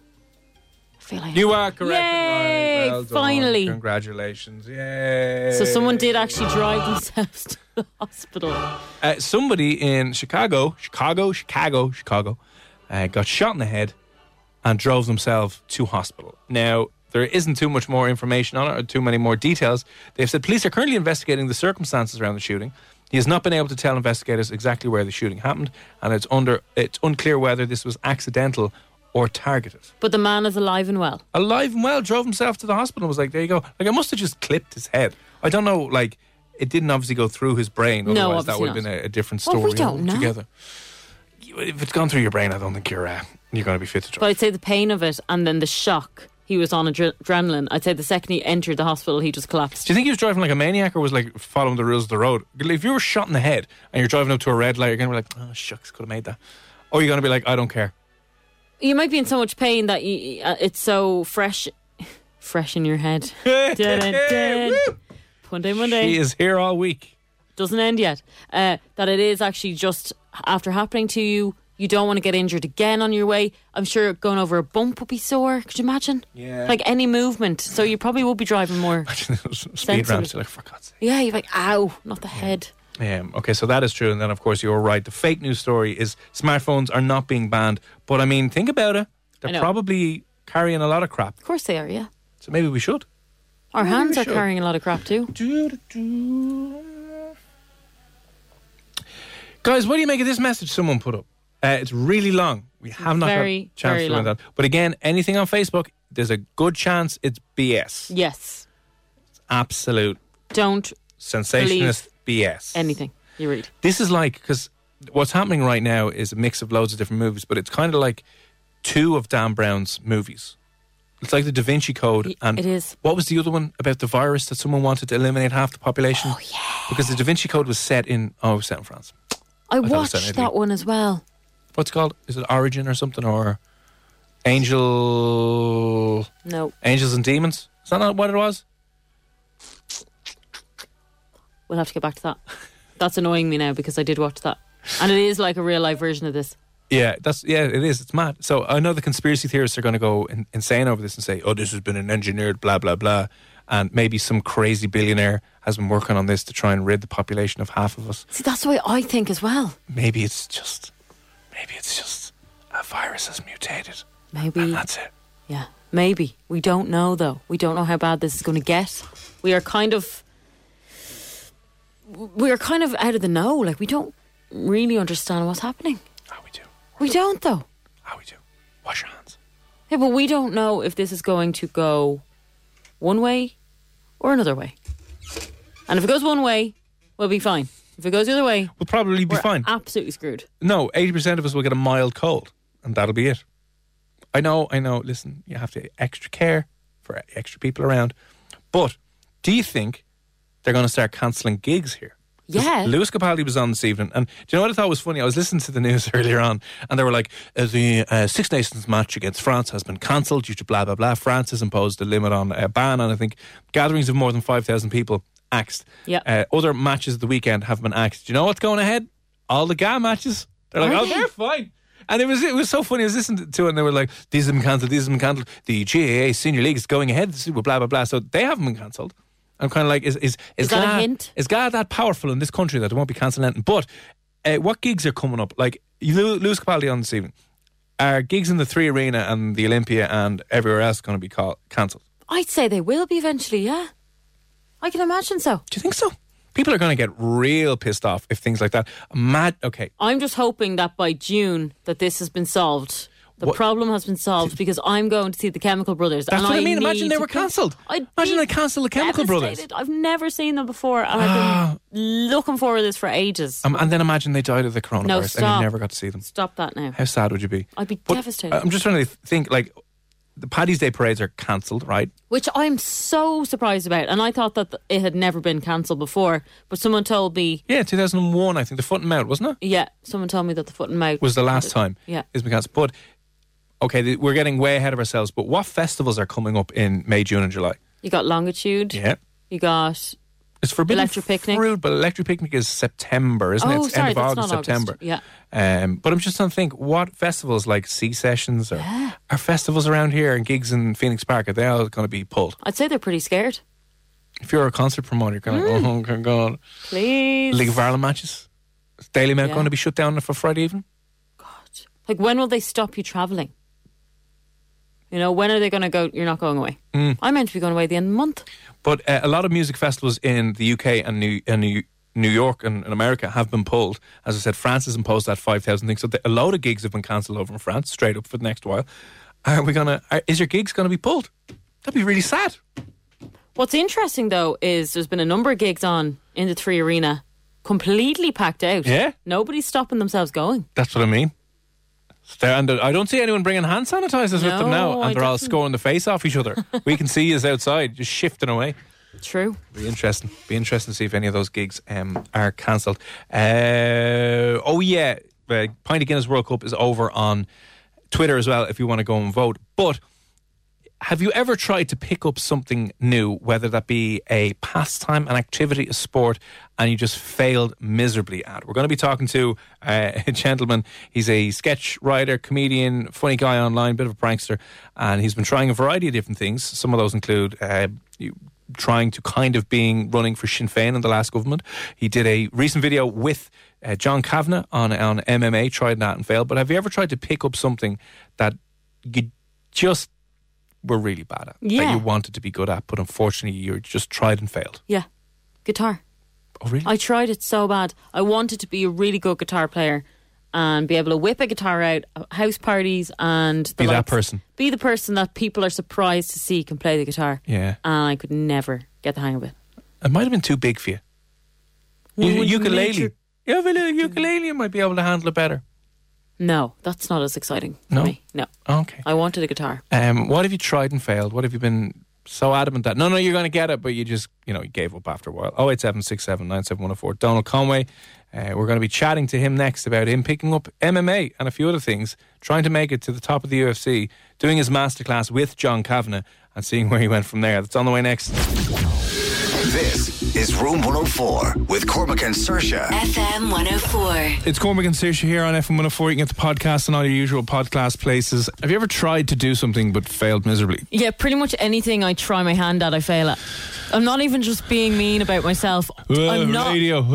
Speaker 4: I feel like
Speaker 3: You are correct.
Speaker 4: Yay,
Speaker 3: and right. Well done.
Speaker 4: finally.
Speaker 3: Congratulations. Yay.
Speaker 4: So someone did actually drive themselves (laughs) to the hospital.
Speaker 3: Uh, somebody in Chicago, Chicago, Chicago, Chicago, uh, got shot in the head and drove themselves to hospital. Now, there isn't too much more information on it or too many more details. They've said police are currently investigating the circumstances around the shooting. He has not been able to tell investigators exactly where the shooting happened, and it's under it's unclear whether this was accidental or targeted.
Speaker 4: But the man is alive and well.
Speaker 3: Alive and well, drove himself to the hospital. and Was like, there you go. Like I must have just clipped his head. I don't know. Like it didn't obviously go through his brain.
Speaker 4: No,
Speaker 3: Otherwise, that
Speaker 4: obviously
Speaker 3: would have been
Speaker 4: not.
Speaker 3: a, a different
Speaker 4: Well,
Speaker 3: story
Speaker 4: we don't know.
Speaker 3: altogether. You- If it's gone through your brain, I don't think you're uh, you're going to be fit to
Speaker 4: But
Speaker 3: drive.
Speaker 4: I'd say the pain of it and then the shock. He was on adre- adrenaline. I'd say the second he entered the hospital, he just collapsed.
Speaker 3: Do you think he was driving like a maniac or was like following the rules of the road? If you were shot in the head and you're driving up to a red light, you're going to be like, oh, shucks, could have made that. Or you're going to be like, I don't care.
Speaker 4: You might be in so much pain that you, uh, it's so fresh, (laughs)
Speaker 3: (laughs)
Speaker 4: fresh in your head. Dun, dun, dun. Monday, Monday.
Speaker 3: She is here all week. (laughs)
Speaker 4: doesn't end yet. Uh, that it is actually just after happening to you, you don't want to get injured again on your way. I'm sure going over a bump would be sore. Could you imagine?
Speaker 3: Yeah.
Speaker 4: Like any movement. So you probably will be driving more.
Speaker 3: Speed ramps. Like, for God's sake.
Speaker 4: Yeah, you're like, ow, not the head.
Speaker 3: Um, okay, so that is true. And then, of course, you're right. The fake news story is smartphones are not being banned. But I mean, think about it. They're
Speaker 4: know.
Speaker 3: probably carrying a lot of crap.
Speaker 4: Of course they are, yeah.
Speaker 3: So maybe we should.
Speaker 4: Our
Speaker 3: Maybe
Speaker 4: hands
Speaker 3: we
Speaker 4: are
Speaker 3: should.
Speaker 4: carrying a lot of crap too.
Speaker 3: Guys, what do you make of this message someone put up? Uh, it's really long. We have not
Speaker 4: Very,
Speaker 3: got a chance
Speaker 4: very
Speaker 3: to run
Speaker 4: long.
Speaker 3: that. But again, anything on Facebook, there's a good chance it's BS.
Speaker 4: Yes.
Speaker 3: Absolute
Speaker 4: Don't
Speaker 3: sensationalist BS.
Speaker 4: anything you read.
Speaker 3: This is like because what's happening right now is a mix of loads of different movies, but it's kind of like two of Dan Brown's movies. It's like the Da Vinci Code, and
Speaker 4: it is.
Speaker 3: What was the other one about the virus that someone wanted to eliminate half the population? Oh yeah, because the Da Vinci Code was set in oh, it was set in France. thought
Speaker 4: I,
Speaker 3: it was
Speaker 4: watched
Speaker 3: on
Speaker 4: that
Speaker 3: Italy.
Speaker 4: one as well.
Speaker 3: What's it called? Is it Origin or something or Angel
Speaker 4: No.
Speaker 3: Angels and Demons? Is that not what it was?
Speaker 4: We'll have to get back to that. That's annoying me now because I did watch that. And it is like a real life version of this.
Speaker 3: Yeah, that's yeah, it is. It's mad. So I know the conspiracy theorists are going to go in, insane over this and say, "Oh, this has been an engineered blah blah blah," and maybe some crazy billionaire has been working on this to try and rid the population of half of us.
Speaker 4: See, that's the way I think as well.
Speaker 3: Maybe it's just, maybe it's just a virus has mutated.
Speaker 4: Maybe.
Speaker 3: That's it.
Speaker 4: Yeah, maybe. We don't know, though. We don't know how bad this is going to get. We are kind of. We are kind of out of the know. Like, we don't really understand what's happening.
Speaker 3: How we do?
Speaker 4: We don't, though.
Speaker 3: How we do? Wash your hands.
Speaker 4: Yeah, but we don't know if this is going to go one way or another way. And if it goes one way, we'll be fine. If it goes the other way,
Speaker 3: We'll probably be
Speaker 4: we're
Speaker 3: fine.
Speaker 4: absolutely screwed.
Speaker 3: no, eighty percent of us will get a mild cold, and that'll be it. I know, I know. Listen, you have to extra care for extra people around. But do you think they're going to start cancelling gigs here? 'Cause
Speaker 4: Yeah.
Speaker 3: Lewis Capaldi was on this evening, and do you know what I thought was funny? I was listening to the news (laughs) earlier on, and they were like, uh, "The uh, Six Nations match against France has been cancelled due to blah blah blah." France has imposed a limit on a ban on, I think, gatherings of more than five thousand people axed.
Speaker 4: Yeah.
Speaker 3: Uh, other matches of the weekend have been axed. Do you know what's going ahead? All the GA matches. They're like,
Speaker 4: Are
Speaker 3: "Oh,
Speaker 4: they?
Speaker 3: they're fine." And it was it was so funny. I was listening to it, and they were like, "These have been cancelled. These have been cancelled. The GAA Senior League is going ahead. This is Blah blah blah." So they haven't been cancelled. I'm kind of like, is is is,
Speaker 4: Is that a
Speaker 3: GAA
Speaker 4: hint?
Speaker 3: is God that powerful in this country that they won't be cancelling anything? But uh, what gigs are coming up? Like you Lew- Lewis Capaldi on this evening. Are gigs in the Three Arena and the Olympia and everywhere else going to be call- cancelled?
Speaker 4: I'd say they will be eventually, yeah. I can imagine so.
Speaker 3: Do you think so? People are going to get real pissed off if things like that. Mad. Okay,
Speaker 4: I'm just hoping that by June that this has been solved. The
Speaker 3: What-
Speaker 4: problem has been solved because I'm going to see the Chemical Brothers.
Speaker 3: that's
Speaker 4: and
Speaker 3: what I mean. Imagine
Speaker 4: need
Speaker 3: they
Speaker 4: to
Speaker 3: were
Speaker 4: go-
Speaker 3: cancelled.
Speaker 4: I'd
Speaker 3: Imagine they
Speaker 4: be
Speaker 3: cancelled the Chemical Brothers. Ah.
Speaker 4: devastated. I've never seen them before, and I've been looking forward to this for ages.
Speaker 3: Um, and then imagine they died of the coronavirus
Speaker 4: no,
Speaker 3: and
Speaker 4: stop.
Speaker 3: you never got to see them.
Speaker 4: Stop that now.
Speaker 3: How sad would you be?
Speaker 4: I'd be
Speaker 3: But
Speaker 4: devastated.
Speaker 3: I'm just trying to think like the Paddy's Day parades are cancelled, right?
Speaker 4: which I'm so surprised about. And I thought that th- it had never been cancelled before, but someone told me,
Speaker 3: Yeah, 2001, I think. The Foot and Mouth, wasn't it?
Speaker 4: yeah, someone told me that the foot and mouth
Speaker 3: was the last time.
Speaker 4: Yeah.
Speaker 3: It's been cancelled. But, okay, th- we're getting way ahead of ourselves. But what festivals are coming up in May, June, and July?
Speaker 4: You got longitude.
Speaker 3: Yeah.
Speaker 4: You got.
Speaker 3: It's Forbidden
Speaker 4: Electric Picnic.
Speaker 3: Fruit, but Electric Picnic is September, isn't it?
Speaker 4: Oh,
Speaker 3: It's
Speaker 4: sorry,
Speaker 3: end of
Speaker 4: that's
Speaker 3: August,
Speaker 4: not August.
Speaker 3: September.
Speaker 4: Yeah.
Speaker 3: Um, but I'm just trying to think what festivals like Sea Sessions or are festivals around here and gigs in Phoenix Park are they all going to be pulled?
Speaker 4: I'd say they're pretty scared.
Speaker 3: If you're a concert promoter, you're kind of like, oh (laughs) my god,
Speaker 4: Please.
Speaker 3: League of Ireland matches, Is Daily Mail
Speaker 4: Yeah.
Speaker 3: going to be shut down for Friday evening?
Speaker 4: Like, when will they stop you traveling? You know, when are they going to go? You're not going away.
Speaker 3: Mm.
Speaker 4: I'm meant to be going away at the end of the month.
Speaker 3: But uh, a lot of music festivals in the UK and New and New, New York and, and America have been pulled. As I said, France has imposed that five thousand thing. So the, a load of gigs have been cancelled over in France, straight up for the next while. Are we gonna? Are, is your gigs gonna be pulled? That'd be really sad.
Speaker 4: What's interesting, though, is there's been a number of gigs on in the three arena, completely packed out.
Speaker 3: Yeah.
Speaker 4: Nobody's stopping themselves going.
Speaker 3: That's what I mean. So they're- And I don't see anyone bringing hand sanitizers with them now,
Speaker 4: No,
Speaker 3: and
Speaker 4: I
Speaker 3: they're all
Speaker 4: didn't.
Speaker 3: scoring the face off each
Speaker 4: (laughs)
Speaker 3: other. we can see us outside, just shifting away.
Speaker 4: True.
Speaker 3: Be interesting. Be interesting to see if any of those gigs um, are cancelled. Uh, oh yeah, uh, Pint of Guinness World Cup is over on Twitter as well. If you want to go and vote, but Have you ever tried to pick up something new, whether that be a pastime, an activity, a sport, and you just failed miserably at? We're going to be talking to uh, (laughs) a gentleman. He's a sketch writer, comedian, funny guy online, bit of a prankster, and he's been trying a variety of different things. Some of those include uh, you- trying to kind of being running for Sinn Féin in the last government. He did a recent video with uh, John Kavanagh on, on MMA, tried that and failed. But have you ever tried to pick up something that you just were really bad at, that
Speaker 4: Yeah.
Speaker 3: you wanted to be good at, but unfortunately you just tried and failed?
Speaker 4: Yeah, guitar.
Speaker 3: Oh, really?
Speaker 4: I tried it so bad. I wanted to be a really good guitar player and be able to whip a guitar out at house parties and the
Speaker 3: Be that
Speaker 4: likes.
Speaker 3: person.
Speaker 4: Be the person that people are surprised to see can play the guitar.
Speaker 3: Yeah.
Speaker 4: And I could never get the hang of it.
Speaker 3: It might have been too big for you.
Speaker 4: Well,
Speaker 3: U-
Speaker 4: when you
Speaker 3: ukulele.
Speaker 4: need your-
Speaker 3: yeah, well, a ukulele you might be able to handle it better.
Speaker 4: No, that's not as exciting for
Speaker 3: No?
Speaker 4: me. No.
Speaker 3: Okay.
Speaker 4: I wanted a guitar.
Speaker 3: Um, what have you tried and failed? What have you been so adamant that no, no, you're going to get it, but you just you know you gave up after a while? Oh eight seven six seven nine seven one zero four. Donald Conway. Uh, we're going to be chatting to him next about him picking up MMA and a few other things, trying to make it to the top of the UFC, doing his masterclass with John Kavanagh and seeing where he went from there. That's on the way next.
Speaker 1: This is Room 104 with Cormac and Sersha.
Speaker 8: FM 104.
Speaker 3: It's Cormac and Saoirse here on FM 104. You can get the podcast and all your usual podcast places. Have you ever tried to do something but failed miserably?
Speaker 4: Yeah, pretty much anything I try my hand at, I fail at. I'm not even just being mean about myself. I'm not.
Speaker 3: Radio.
Speaker 4: (laughs)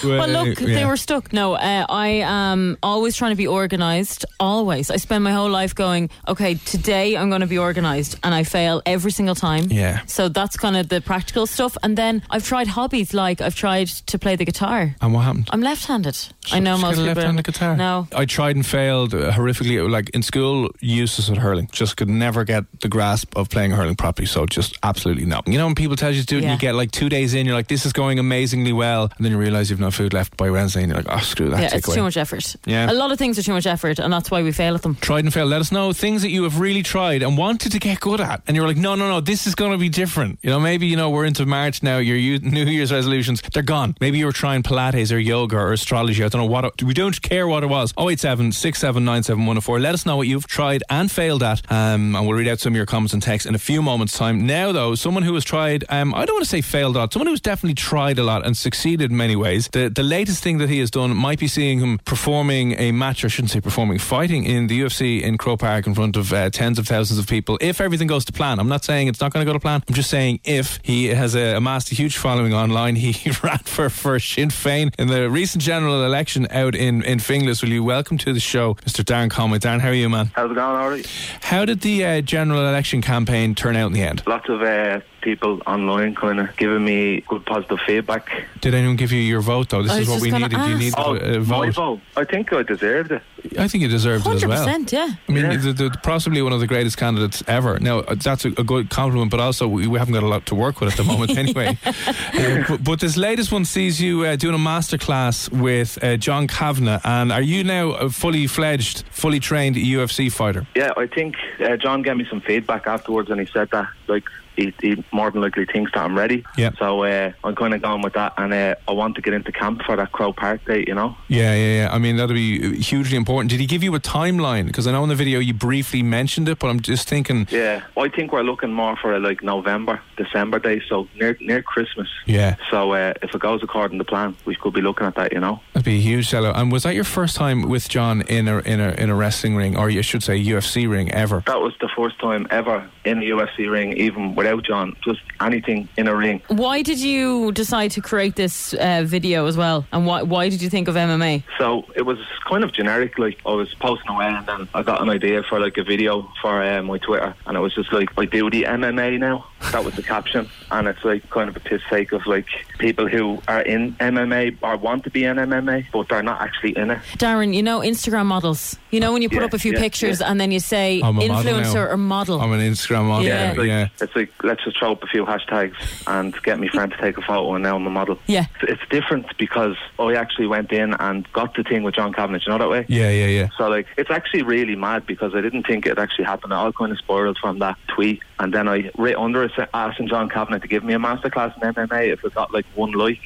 Speaker 3: Hey,
Speaker 4: well, look, they were stuck. No, uh, I am always trying to be organized. Always. I spend my whole life going, okay, today I'm going to be organized. And I fail every single time.
Speaker 3: Yeah.
Speaker 4: So that's kind of the practical stuff. And then I've tried hobbies, like I've tried to play the guitar.
Speaker 3: And what happened?
Speaker 4: I'm left handed. I know
Speaker 3: Just get
Speaker 4: most
Speaker 3: a
Speaker 4: people.
Speaker 3: left-handed guitar.
Speaker 4: No.
Speaker 3: I tried and failed uh, horrifically. Like in school, useless at hurling. Just could never get the grasp of playing hurling properly. So just absolutely not. You know when people tell you to do it, and
Speaker 4: Yeah.
Speaker 3: you get like two days in, you're like, "This is going amazingly well," and then you realize you've no food left by Wednesday, and you're like, "Oh, screw that."
Speaker 4: yeah,
Speaker 3: take
Speaker 4: it's
Speaker 3: away."
Speaker 4: too much effort.
Speaker 3: Yeah.
Speaker 4: A lot of things are too much effort, and that's why we fail at them.
Speaker 3: Tried and failed. Let us know things that you have really tried and wanted to get good at, and you're like, "No, no, no, this is going to be different." You know, maybe you know we're into March now. Your you- (laughs) New Year's resolutions they're gone. Maybe you were trying Pilates or yoga or astrology. I don't know what. It, we don't care what it was. Oh eight seven six seven nine seven one zero four. Let us know what you've tried and failed at, um, and we'll read out some of your comments and texts in a few moments' time. Now, though, someone who has tried, um, I don't want to say failed at, someone who's definitely tried a lot and succeeded in many ways. The the latest thing that he has done might be seeing him performing a match, or I shouldn't say performing, fighting in the UFC in Crow Park in front of uh, tens of thousands of people. If everything goes to plan, I'm not saying it's not going to go to plan. I'm just saying if he has uh, amassed a huge following online, (laughs) he ran for for Sinn Fein in the recent general election out in in Finglas. Will you welcome to the show, Mr. Darren Conway? Darren, how are you, man?
Speaker 9: How's it going, Ari?
Speaker 3: How did the uh, general election campaign turn out in the end?
Speaker 9: Lots of uh, people online kind of giving me good positive feedback.
Speaker 3: Did anyone give you your vote though? This is
Speaker 9: I was
Speaker 3: what
Speaker 9: just
Speaker 3: we
Speaker 9: gonna
Speaker 3: needed. You need
Speaker 9: ask.
Speaker 3: a, a
Speaker 9: My
Speaker 3: vote.
Speaker 9: vote. I think I deserved it.
Speaker 3: I think you deserved it as well.
Speaker 4: 100%, yeah.
Speaker 3: I mean, the, the, possibly one of the greatest candidates ever. Now, uh, that's a, a good compliment, but also we, we haven't got a lot to work with at the
Speaker 9: (laughs)
Speaker 3: moment anyway. Uh, but, but this latest one sees you uh, doing a masterclass with uh, John Kavanagh, and are you now a fully fledged, fully trained UFC fighter?
Speaker 9: Yeah, I think uh, John gave me some feedback afterwards, and he said that like he, he more than likely thinks that I'm ready.
Speaker 3: Yeah.
Speaker 9: So uh, I'm kind of going with that, and uh, I want to get into camp for that Crow Park date. You know.
Speaker 3: Yeah, yeah, yeah. I mean, that'll be hugely important. Did he give you a timeline? Because I know in the video you briefly mentioned it, but I'm just thinking
Speaker 9: Yeah, I think we're looking more for a, like November, December day, so near near Christmas.
Speaker 3: Yeah.
Speaker 9: So uh, if it goes according to plan, we could be looking at that. You know.
Speaker 3: That'd be a huge sellout. And was that your first time with John in a in a in a wrestling ring, or you should say UFC ring ever?
Speaker 9: That was the first time ever in a UFC ring, even without John, just anything in a ring.
Speaker 4: Why did you decide to create this uh, video as well? And why, why did you think of MMA?
Speaker 9: So it was kind of generic. Like I was posting away, and then I got an idea for like a video for uh, my Twitter, and it was just like I do the MMA now. That was the caption, and it's like kind of a piss take of like people who are in MMA or want to be in MMA, but they're not actually in it.
Speaker 4: Darren, you know Instagram models. You know when you put
Speaker 9: Yeah,
Speaker 4: up a few
Speaker 9: yeah,
Speaker 4: pictures
Speaker 9: yeah.
Speaker 4: and then you say
Speaker 3: I'm a model
Speaker 4: influencer
Speaker 3: now.
Speaker 4: or model.
Speaker 3: I'm an Instagram model.
Speaker 4: Yeah.
Speaker 3: Yeah,
Speaker 9: it's like, it's like let's just throw up a few hashtags and get my friend to take a photo, and now I'm a model.
Speaker 4: Yeah.
Speaker 9: it's different because I actually went in and got the thing with John Cavanagh. You know that way.
Speaker 3: yeah, yeah, yeah.
Speaker 9: So like, it's actually really mad because I didn't think it actually happened. It all kind of spiraled from that tweet, and then I right under it said- asking John Kavanagh to give me a masterclass in MMA if it got like one like.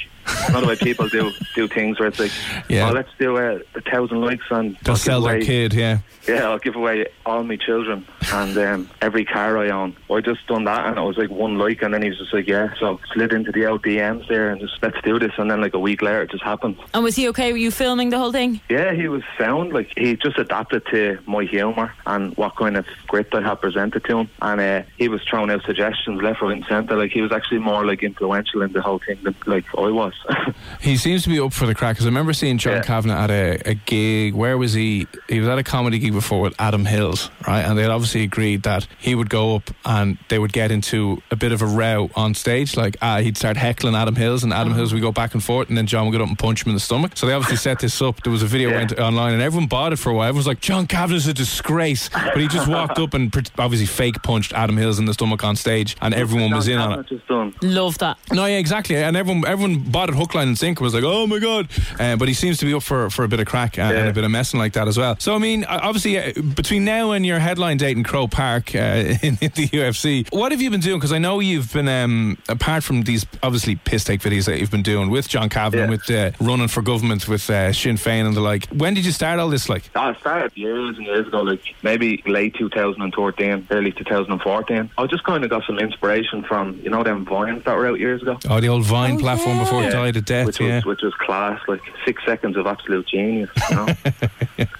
Speaker 9: A lot of way people do do things where it's like,
Speaker 3: (laughs) Yeah.
Speaker 9: oh, let's do uh, a thousand likes and
Speaker 3: They'll
Speaker 9: I'll
Speaker 3: sell
Speaker 9: give
Speaker 3: their
Speaker 9: away-
Speaker 3: kid, yeah.
Speaker 9: Yeah, I'll give away all my children and um, every car I own. I just done that and it was like one like and then he was just like, yeah. So slid into the old DMs there and just let's do this. And then like a week later, it just happened.
Speaker 4: And was he okay with you filming the whole thing?
Speaker 9: Yeah, he was sound. Like he just adapted to my humour and what kind of script I had presented to him. And uh, he was throwing out suggestions left, right, and centre. Like he was actually more like influential in the whole thing than like I was. (laughs)
Speaker 3: He seems to be up for the crack because I remember seeing John Kavanagh at a, a gig. Where was he? He was at a comedy gig before with Adam Hills, right? And they had obviously agreed that he would go up and they would get into a bit of a row on stage. Like uh, he'd start heckling Adam Hills, and Adam Hills would go back and forth, and then John would get up and punch him in the stomach. So they obviously set this up. There was a video went online, and everyone bought it for a while. Everyone was like, John Kavanagh's a disgrace. But he just walked up and pret- obviously fake punched Adam Hills in the stomach on stage, and everyone was in on it.
Speaker 9: Just done.
Speaker 4: Love that.
Speaker 3: No, yeah, exactly. And everyone, everyone bought it hook, line, and sinker. Was like, oh my god. Uh, but he seems to be up for, for a bit of crack uh, and, and a bit of messing like that as well. So I mean, uh, obviously, uh, between now and your headline date in Crow Park uh, (laughs) in, in the UFC, what have you been doing? Because I know you've been, um, apart from these obviously piss take videos that you've been doing with John Kavanagh, with uh, running for government, with uh, Sinn Féin and the like. When did you start all this? Like,
Speaker 9: I started years and years ago, like maybe late 2013, early 2014. I just kind of got some inspiration from, you know, them vines that were out years ago.
Speaker 3: oh, the old Vine platform before it
Speaker 9: Yeah.
Speaker 3: died of death.
Speaker 9: which
Speaker 3: yeah.
Speaker 9: was which was class, like six seconds of absolute genius.
Speaker 3: (laughs)
Speaker 9: You know?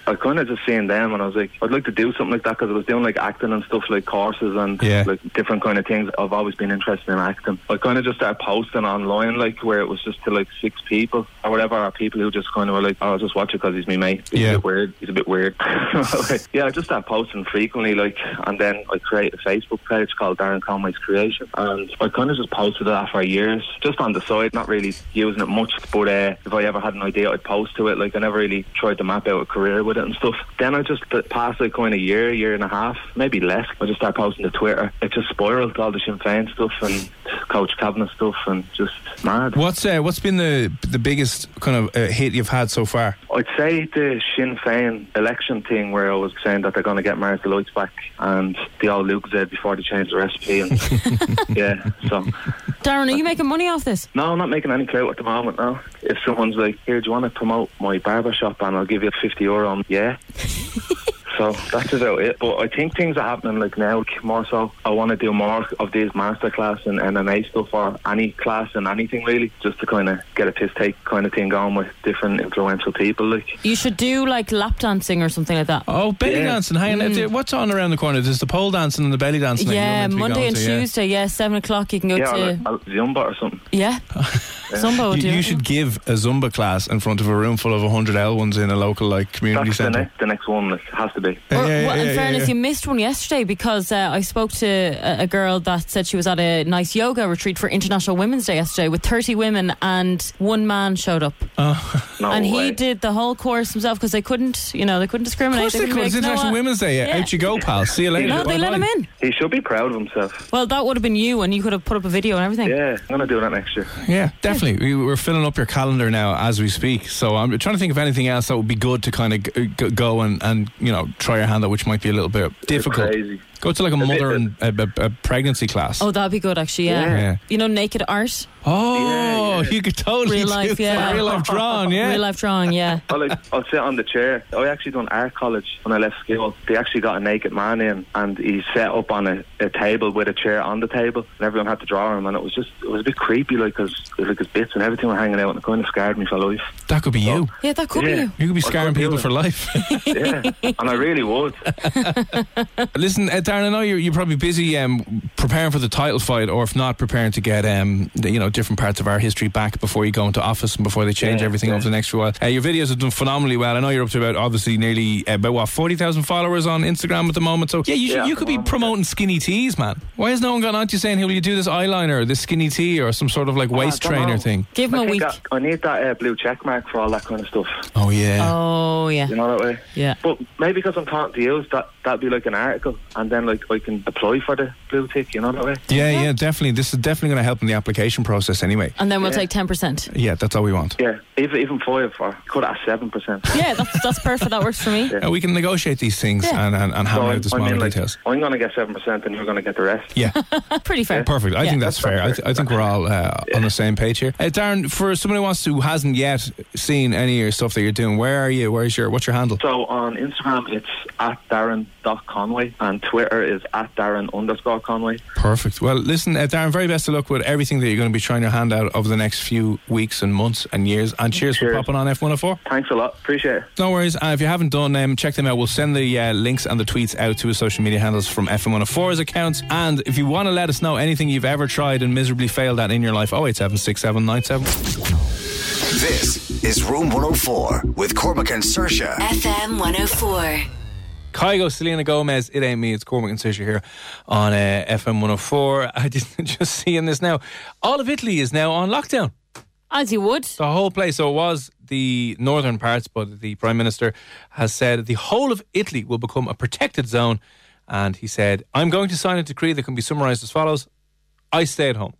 Speaker 9: I kind of just seen them, and I was like, I'd like to do something like that because I was doing like acting and stuff, like courses and
Speaker 3: Yeah.
Speaker 9: like different kind of things. I've always been interested in acting. I kind of just started posting online, like where it was just to like six people or whatever, or people who just kind of were like, oh, I'll just watch it because he's my mate. He's
Speaker 3: Yeah.
Speaker 9: a bit weird. He's a bit weird. (laughs) yeah, I just started posting frequently, like, and then I created a Facebook page called Darren Conway's Creation, and I kind of just posted that for years, just on the side, not really using it much. But uh, if I ever had an idea, I'd post to it. Like, I never really tried to map out a career with it and stuff. Then I just the past like kind of year, year and a half, maybe less. I just started posting to Twitter. It just spiraled all the Sinn Féin stuff and Coach Kavanagh stuff, and just mad.
Speaker 3: What's uh, what's been the the biggest kind of uh, hit you've had so far?
Speaker 9: I'd say the Sinn Féin election thing where I was saying that they're going to get Mars the lights back and the old Luke said before they changed the recipe. And yeah, so
Speaker 4: Darren, are you making money off this?
Speaker 9: no, I'm not making any clout at the moment now. If someone's like, here, do you want to promote my barber shop and I'll give you 50 euro? I'm, yeah. So that's about it. But I think things are happening like now like, more so. I want to do more of these masterclass and MMA stuff or any class and anything really, just to kind of get a piss take kind of thing going with different influential people. Like
Speaker 4: You should do like lap dancing or something like that.
Speaker 3: Oh, belly dancing. Hang on.
Speaker 4: Mm.
Speaker 3: What's on around the corner? There's the pole dancing and the belly dancing. that you're
Speaker 4: Yeah,
Speaker 3: meant to be
Speaker 4: Monday
Speaker 3: going
Speaker 4: and
Speaker 3: to, yeah.
Speaker 4: Tuesday. Yeah, seven o'clock. You can go
Speaker 3: Yeah,
Speaker 4: to
Speaker 3: I'll-
Speaker 9: I'll- Zumba or something.
Speaker 3: (laughs)
Speaker 4: yeah. Zumba will
Speaker 3: You,
Speaker 4: do.
Speaker 3: you
Speaker 4: it.
Speaker 3: should give a Zumba class in front of a room full of 100 L1s in a local like community
Speaker 9: That's the
Speaker 3: centre.
Speaker 9: next, the next one like, has to be.
Speaker 3: Yeah, yeah,
Speaker 4: Well,
Speaker 3: yeah,
Speaker 4: in
Speaker 3: yeah,
Speaker 4: fairness,
Speaker 3: yeah.
Speaker 4: you missed one yesterday because uh, I spoke to a, a girl that said she was at a nice yoga retreat for International Women's Day yesterday with 30 women, and one man showed up.
Speaker 3: Oh.
Speaker 4: and he did the whole course himself because they couldn't, you know, they couldn't
Speaker 3: Of
Speaker 4: discriminate.
Speaker 3: course, they
Speaker 4: couldn't
Speaker 3: could.
Speaker 4: be
Speaker 3: It's
Speaker 4: like, "No,
Speaker 3: International
Speaker 4: uh,
Speaker 3: Women's Day. Yeah. E
Speaker 4: yeah."
Speaker 3: Out you go, pal. See you later.
Speaker 4: No, they let him in.
Speaker 9: He should be proud of himself.
Speaker 4: Well, that would have been you, and you could have put up a video and everything.
Speaker 9: Yeah, I'm going to do that next year.
Speaker 3: Yeah, definitely. We, we're filling up your calendar now as we speak. So I'm trying to think of anything else that would be good to kind of g- g- go and, and you know try your hand at, which might be a little bit difficult.
Speaker 9: crazy.
Speaker 3: Go to like a mother and a, a, a pregnancy class.
Speaker 4: Oh, that'd be good, actually. Yeah.
Speaker 3: Yeah. Yeah.
Speaker 4: You know, naked art.
Speaker 3: Oh, you could totally
Speaker 4: real
Speaker 3: do
Speaker 4: life,
Speaker 3: that.
Speaker 4: yeah.
Speaker 3: Real life drawn, yeah.
Speaker 4: Real life drawing, yeah.
Speaker 9: I'll, like, I'll sit on the chair. I actually done art college when I left school. They actually got a naked man in and he sat up on a, a table with a chair on the table and everyone had to draw him and it was just, it was a bit creepy like his, like his bits and everything were hanging out and it kind of scared me for life.
Speaker 3: That could be you.
Speaker 4: Yeah, that could
Speaker 9: Yeah.
Speaker 4: be you.
Speaker 3: Oh. You could be scaring people for (laughs) life.
Speaker 4: (laughs)
Speaker 9: yeah, and I really would.
Speaker 3: Listen, uh, Darren, I know you're, you're probably busy um, preparing for the title fight, or if not, preparing to get um, the, you know different parts of our history back before you go into office and before they change
Speaker 9: Yeah,
Speaker 3: everything
Speaker 9: yeah.
Speaker 3: over the next few while. Uh, your videos have done phenomenally well. I know you're up to about obviously nearly uh, about what forty thousand followers on Instagram at the moment. So yeah, you, should,
Speaker 9: Yeah,
Speaker 3: you
Speaker 9: at
Speaker 3: could
Speaker 9: the
Speaker 3: be promoting skinny teas, man. Why has no one gone on to you saying, "Hey, will you do this eyeliner, or this skinny tee, or some sort of like waist
Speaker 9: I don't
Speaker 3: trainer
Speaker 9: know.
Speaker 3: thing?"
Speaker 4: Give him
Speaker 9: I
Speaker 4: a
Speaker 9: think
Speaker 4: week.
Speaker 9: that- I need that uh, blue check mark for all that kind of stuff.
Speaker 3: Oh yeah.
Speaker 4: Oh, yeah.
Speaker 9: You know that way?
Speaker 4: Yeah.
Speaker 9: But maybe because I'm talking to you, that, that'd be like an article. And then like I can apply for the blue tick. You know that way.
Speaker 3: Yeah, yeah, definitely. This is definitely going to help in the application process anyway.
Speaker 4: And then we'll
Speaker 9: Yeah.
Speaker 4: take 10%.
Speaker 3: Yeah, that's all we want.
Speaker 9: Yeah, even even five or cut it at seven percent.
Speaker 4: Yeah, that's, that's perfect. That works for me.
Speaker 3: Uh, we can negotiate these things and, and, and hammer out the smaller
Speaker 9: like,
Speaker 3: details.
Speaker 9: I'm going to get seven percent, and you're going to get the rest.
Speaker 3: Yeah.
Speaker 4: Pretty fair.
Speaker 3: Perfect. I
Speaker 4: Yeah.
Speaker 3: think that's, fair. I, th- I think we're all uh, on the same page here. Uh, Darren, for someone who wants to who hasn't yet seen any of your stuff that you're doing, where are you? Where's your what's your handle?
Speaker 9: So on Instagram, it's at darren.conway, and Twitter is at darren underscore conway.
Speaker 3: Perfect. Well, listen, uh, Darren, very best of luck with everything that you're going to be trying your hand out over the next few weeks and months and years. And cheers, for popping on F104.
Speaker 9: Thanks a lot. Appreciate it.
Speaker 3: No worries. Uh, if you haven't done them, check them out. We'll send the uh, links and the tweets out to his social media handles from FM104's accounts. oh And if you want to let us know anything you've ever tried and miserably failed at in your life, 08767977.
Speaker 1: This is Room 104 with Cormac and Sersha.
Speaker 8: FM 104.
Speaker 3: Kygo, Selena Gomez, it ain't me, it's Cormac and Sisha here on uh, FM 104. (laughs) I didn't just see in this now. All of Italy is now on lockdown.
Speaker 4: As you would.
Speaker 3: The whole place. So it was the northern parts, but the Prime Minister has said the whole of Italy will become a protected zone. And he said, I'm going to sign a decree that can be summarised as follows I stay at home.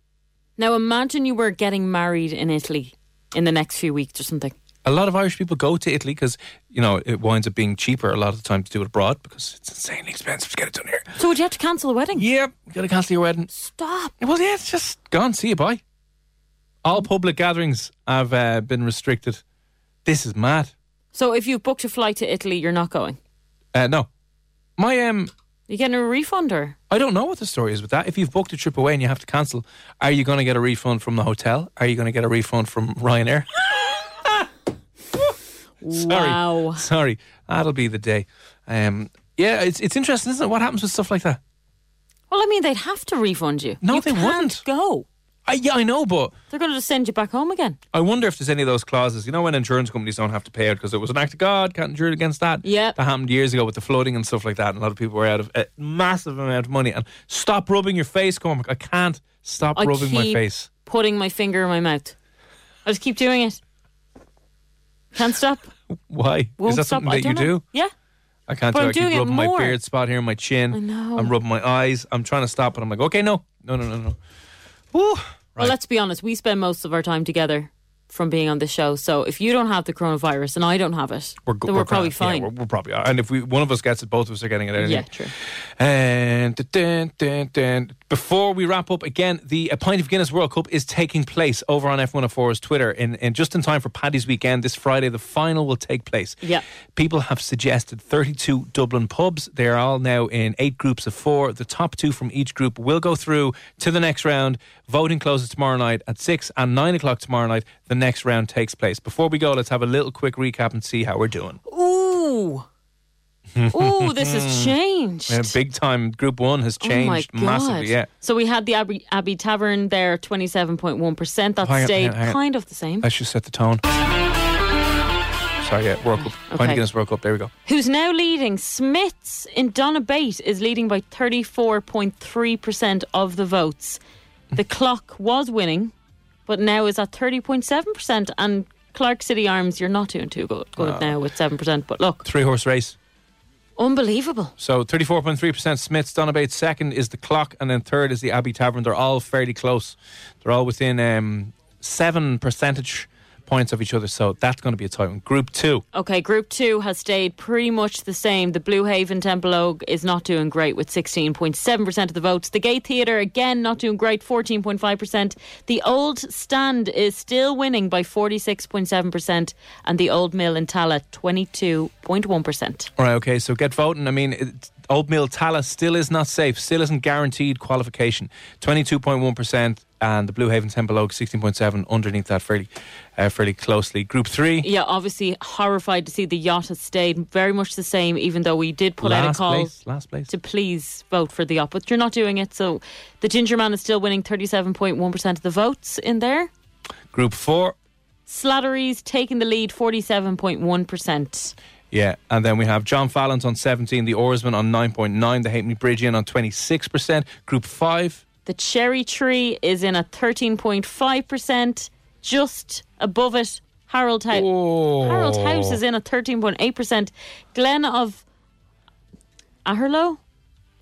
Speaker 4: Now imagine you were getting married in Italy in the next few weeks or something.
Speaker 3: A lot of Irish people go to Italy because, you know, it winds up being cheaper a lot of the time to do it abroad because it's insanely expensive to get it done here.
Speaker 4: So would you have to cancel the wedding?
Speaker 3: Yep, got to cancel your wedding.
Speaker 4: Stop.
Speaker 3: Well, yeah, it's just gone. See you, bye. All public gatherings have uh, been restricted. This is mad.
Speaker 4: So if you've booked a flight to Italy, you're not going.
Speaker 3: Uh, no, my um,
Speaker 4: You're getting a refund or?
Speaker 3: I don't know what the story is with that. If you've booked a trip away and you have to cancel, are you going to get a refund from the hotel? Are you going to get a refund from Ryanair? (laughs) sorry,
Speaker 4: Wow.
Speaker 3: sorry, that'll be the day. Um, yeah, it's it's interesting, isn't it? What happens with stuff like that?
Speaker 4: Well, I mean, they'd have to refund you.
Speaker 3: No,
Speaker 4: You
Speaker 3: they
Speaker 4: can't
Speaker 3: wouldn't.
Speaker 4: Go.
Speaker 3: I, yeah, I know, but
Speaker 4: They're going to just send you back home again.
Speaker 3: I wonder if there's any of those clauses. You know, when insurance companies don't have to pay out because it was an act of God, can't insure against that.
Speaker 4: Yep.
Speaker 3: that happened years ago with the flooding and stuff like that. And a lot of people were out of a massive amount of money. And stop rubbing your face, Cormac. I can't stop
Speaker 4: I
Speaker 3: rubbing my
Speaker 4: keep
Speaker 3: face.
Speaker 4: Putting my finger in my mouth. I just keep doing it. Can't stop.
Speaker 3: Why?
Speaker 4: Won't
Speaker 3: Is that
Speaker 4: stop.
Speaker 3: something
Speaker 4: I
Speaker 3: that you
Speaker 4: don't know.
Speaker 3: do?
Speaker 4: Yeah.
Speaker 3: I can't
Speaker 4: But
Speaker 3: do. it.
Speaker 4: I'm
Speaker 3: I keep
Speaker 4: doing it
Speaker 3: rubbing my
Speaker 4: more.
Speaker 3: beard spot here, my chin.
Speaker 4: I know.
Speaker 3: I'm rubbing my eyes. I'm trying to stop, but I'm like, okay, no, no, no, no, no. Woo.
Speaker 4: Well, let's be honest. We spend most of our time together from being on the show. So if you don't have the coronavirus and I don't have it,
Speaker 3: We're, go-
Speaker 4: then we're, probably
Speaker 3: grand.
Speaker 4: fine.
Speaker 3: Yeah, we're, we're probably. And if we one of us gets it, both of us are getting it. anyway.
Speaker 4: yeah, true.
Speaker 3: And dun, dun, dun. before we wrap up again, the A Pint of Guinness World Cup is taking place over on F104's Twitter, and in, just in time for Paddy's weekend this Friday, the final will take place.
Speaker 4: Yeah.
Speaker 3: People have suggested 32 Dublin pubs. They are all now in eight groups of four. The top two from each group will go through to the next round. Voting closes tomorrow night at six and nine o'clock tomorrow night. The next round takes place. Before we go, let's have a little quick recap and see how we're doing.
Speaker 4: Ooh. Ooh, this has changed.
Speaker 3: Hmm. Yeah, Uh, big time. Group one has
Speaker 4: Oh my
Speaker 3: changed massively.
Speaker 4: God.
Speaker 3: Yeah.
Speaker 4: So we had the Abbey, Abbey Tavern there, 27.1%. That
Speaker 3: Hang on,
Speaker 4: stayed
Speaker 3: hang on, hang on.
Speaker 4: kind of the same.
Speaker 3: That should set the tone. Sorry, yeah, World Cup. Okay. Pint
Speaker 4: Okay.
Speaker 3: of Guinness World Cup. There we go.
Speaker 4: Who's now leading? Smiths in Donabate is leading by 34.3% of the votes. The clock was winning, but now is at 30.7%. And Clark City Arms, you're not doing too good, good now with 7%. But look,
Speaker 3: Three horse race.
Speaker 4: unbelievable.
Speaker 3: So 34.3% Smiths, Donabate. Second is the clock, and then third is the Abbey Tavern. They're all fairly close. They're all within um, seven percentage points of each other. So that's going to be a tight one. Group two.
Speaker 4: Okay, Group 2 has stayed pretty much the same. The Blue Haven Temple Oak is not doing great with 16.7% of the votes. The Gay Theatre, again, not doing great, 14.5%. The Old Stand is still winning by 46.7%. And the Old Mill in Tala, 22.1%.
Speaker 3: All right, okay, so get voting. I mean, it, Old Mill Tala still is not safe, still isn't guaranteed qualification. 22.1%, and the Blue Haven Temple Oak, 16.7 underneath that fairly, uh, fairly closely. Group three.
Speaker 4: Yeah, obviously horrified to see the yacht has stayed very much the same, even though we did put out a
Speaker 3: last
Speaker 4: call.
Speaker 3: place, last place.
Speaker 4: to please vote for the op, but you're not doing it. So the Ginger Man is still winning 37.1% of the votes in there.
Speaker 3: Group four.
Speaker 4: Slattery's taking the lead, 47.1%.
Speaker 3: Yeah, and then we have John Fallon's on 17, the Oarsman on 9.9, the Halfpenny Bridge in on 26%. Group five.
Speaker 4: The Cherry Tree is in at 13.5%. Just above it, Harold House.
Speaker 3: Oh.
Speaker 4: Harold House is in at 13.8%. Glen of Aherlow?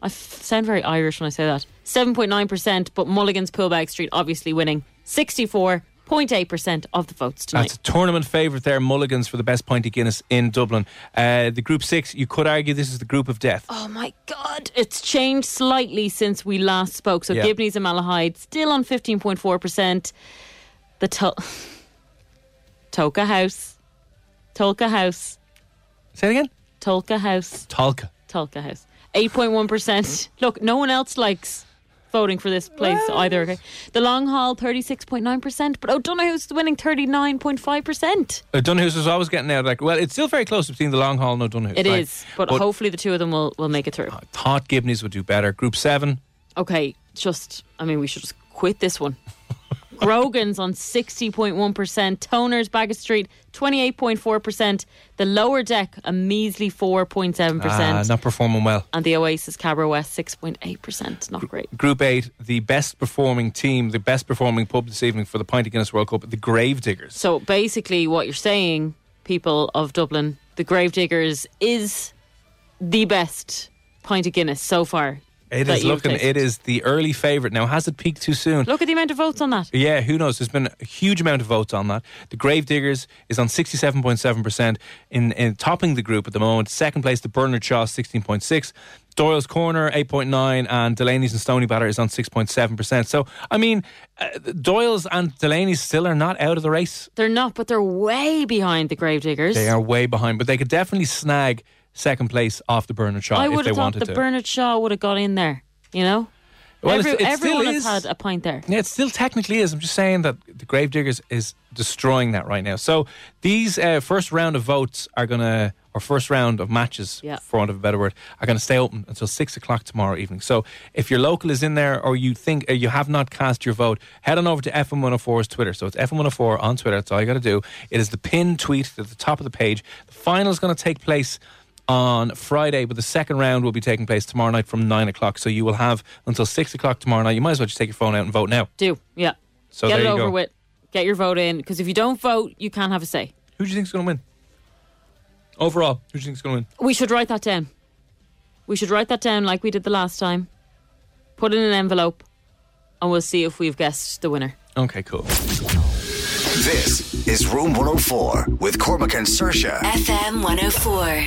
Speaker 4: I f- sound very Irish when I say that. 7.9%, but Mulligan's Pullback Street obviously winning 64.8% of the votes tonight.
Speaker 3: That's a tournament favourite there, Mulligan's for the best pint of Guinness in Dublin. Uh, the group six, you could argue this is the group of death.
Speaker 4: Oh my God, it's changed slightly since we last spoke. So
Speaker 3: Yeah.
Speaker 4: Gibney's and Malahide still on 15.4%. The to- (laughs) Tolka House. Tolka House.
Speaker 3: Say it again?
Speaker 4: Tolka House.
Speaker 3: Talca.
Speaker 4: Tolka House. 8.1%.
Speaker 3: Mm-hmm.
Speaker 4: Look, no one else likes voting for this place either. Okay? The Long Haul, 36.9%, but O'Donoghue's winning 39.5%.
Speaker 3: Uh, Dunhues is always getting out. Like, well, it's still very close between the long haul and O'Dunhues.
Speaker 4: It is,
Speaker 3: right?
Speaker 4: but, hopefully the two of them will, will make it through.
Speaker 3: thought Gibney's would do better. Group seven,
Speaker 4: Okay, just, I mean, we should just quit
Speaker 3: (laughs)
Speaker 4: this one. Grogan's on 60.1%, Toner's Baggett Street 28.4%, the lower deck a measly 4.7%,
Speaker 3: ah, not performing well.
Speaker 4: and the Oasis Cabra West 6.8%. Not great.
Speaker 3: Group eight, the best performing team, the best performing pub this evening for the Pint of Guinness World Cup, the Gravediggers.
Speaker 4: So basically, what you're saying, people of Dublin, the Gravediggers is the best pint of Guinness so far.
Speaker 3: It
Speaker 4: that
Speaker 3: is
Speaker 4: you've
Speaker 3: looking.
Speaker 4: tasted.
Speaker 3: It is the early favourite now. Has it peaked too soon?
Speaker 4: Look at the amount of votes on that.
Speaker 3: Yeah, who knows? There's been a huge amount of votes on that. The Gravediggers is on 67.7% in, in topping the group at the moment. Second place, the Bernard Shaw, 16.6. Doyle's Corner, 8.9. And Delaney's and Stony Batter is on 6.7%. So, I mean, uh, Doyle's and Delaney's still are not out of the race.
Speaker 4: They're not, but they're way behind the Gravediggers.
Speaker 3: They are way behind, but they could definitely snag second place off the Bernard Shaw
Speaker 4: I
Speaker 3: if
Speaker 4: would
Speaker 3: they
Speaker 4: have thought
Speaker 3: wanted
Speaker 4: that
Speaker 3: to.
Speaker 4: Bernard Shaw would have got in there. You know,
Speaker 3: Well, it's-
Speaker 4: Every-
Speaker 3: it still
Speaker 4: everyone
Speaker 3: is.
Speaker 4: has had a pint there.
Speaker 3: Yeah, it still technically is. I'm just saying that the Gravediggers is destroying that right now. So these uh, first round of votes are going to, or first round of matches,
Speaker 4: Yeah.
Speaker 3: for want of a better word, are going to stay open until six o'clock tomorrow evening. So if your local is in there or you think uh, you have not cast your vote, head on over to FM104's Twitter. So it's FM104 on Twitter. That's all you got to do. It is the pinned tweet at the top of the page. The final is going to take place on Friday, but the second round will be taking place tomorrow night from nine o'clock. So you will have until six o'clock tomorrow night. You might as well just take your phone out and vote now.
Speaker 4: Do yeah.
Speaker 3: So
Speaker 4: get
Speaker 3: there
Speaker 4: it
Speaker 3: you
Speaker 4: over
Speaker 3: go.
Speaker 4: with. Get your vote in because if you don't vote, you can't have a say.
Speaker 3: Who do you think's going to win? Overall, who do you think's going to win?
Speaker 4: We should write that down. We should write that down like we did the last time. Put it in an envelope, and we'll see if we've guessed the winner.
Speaker 3: Okay, cool.
Speaker 1: This is Room 104 with Cormac and Sersha.
Speaker 8: FM 104.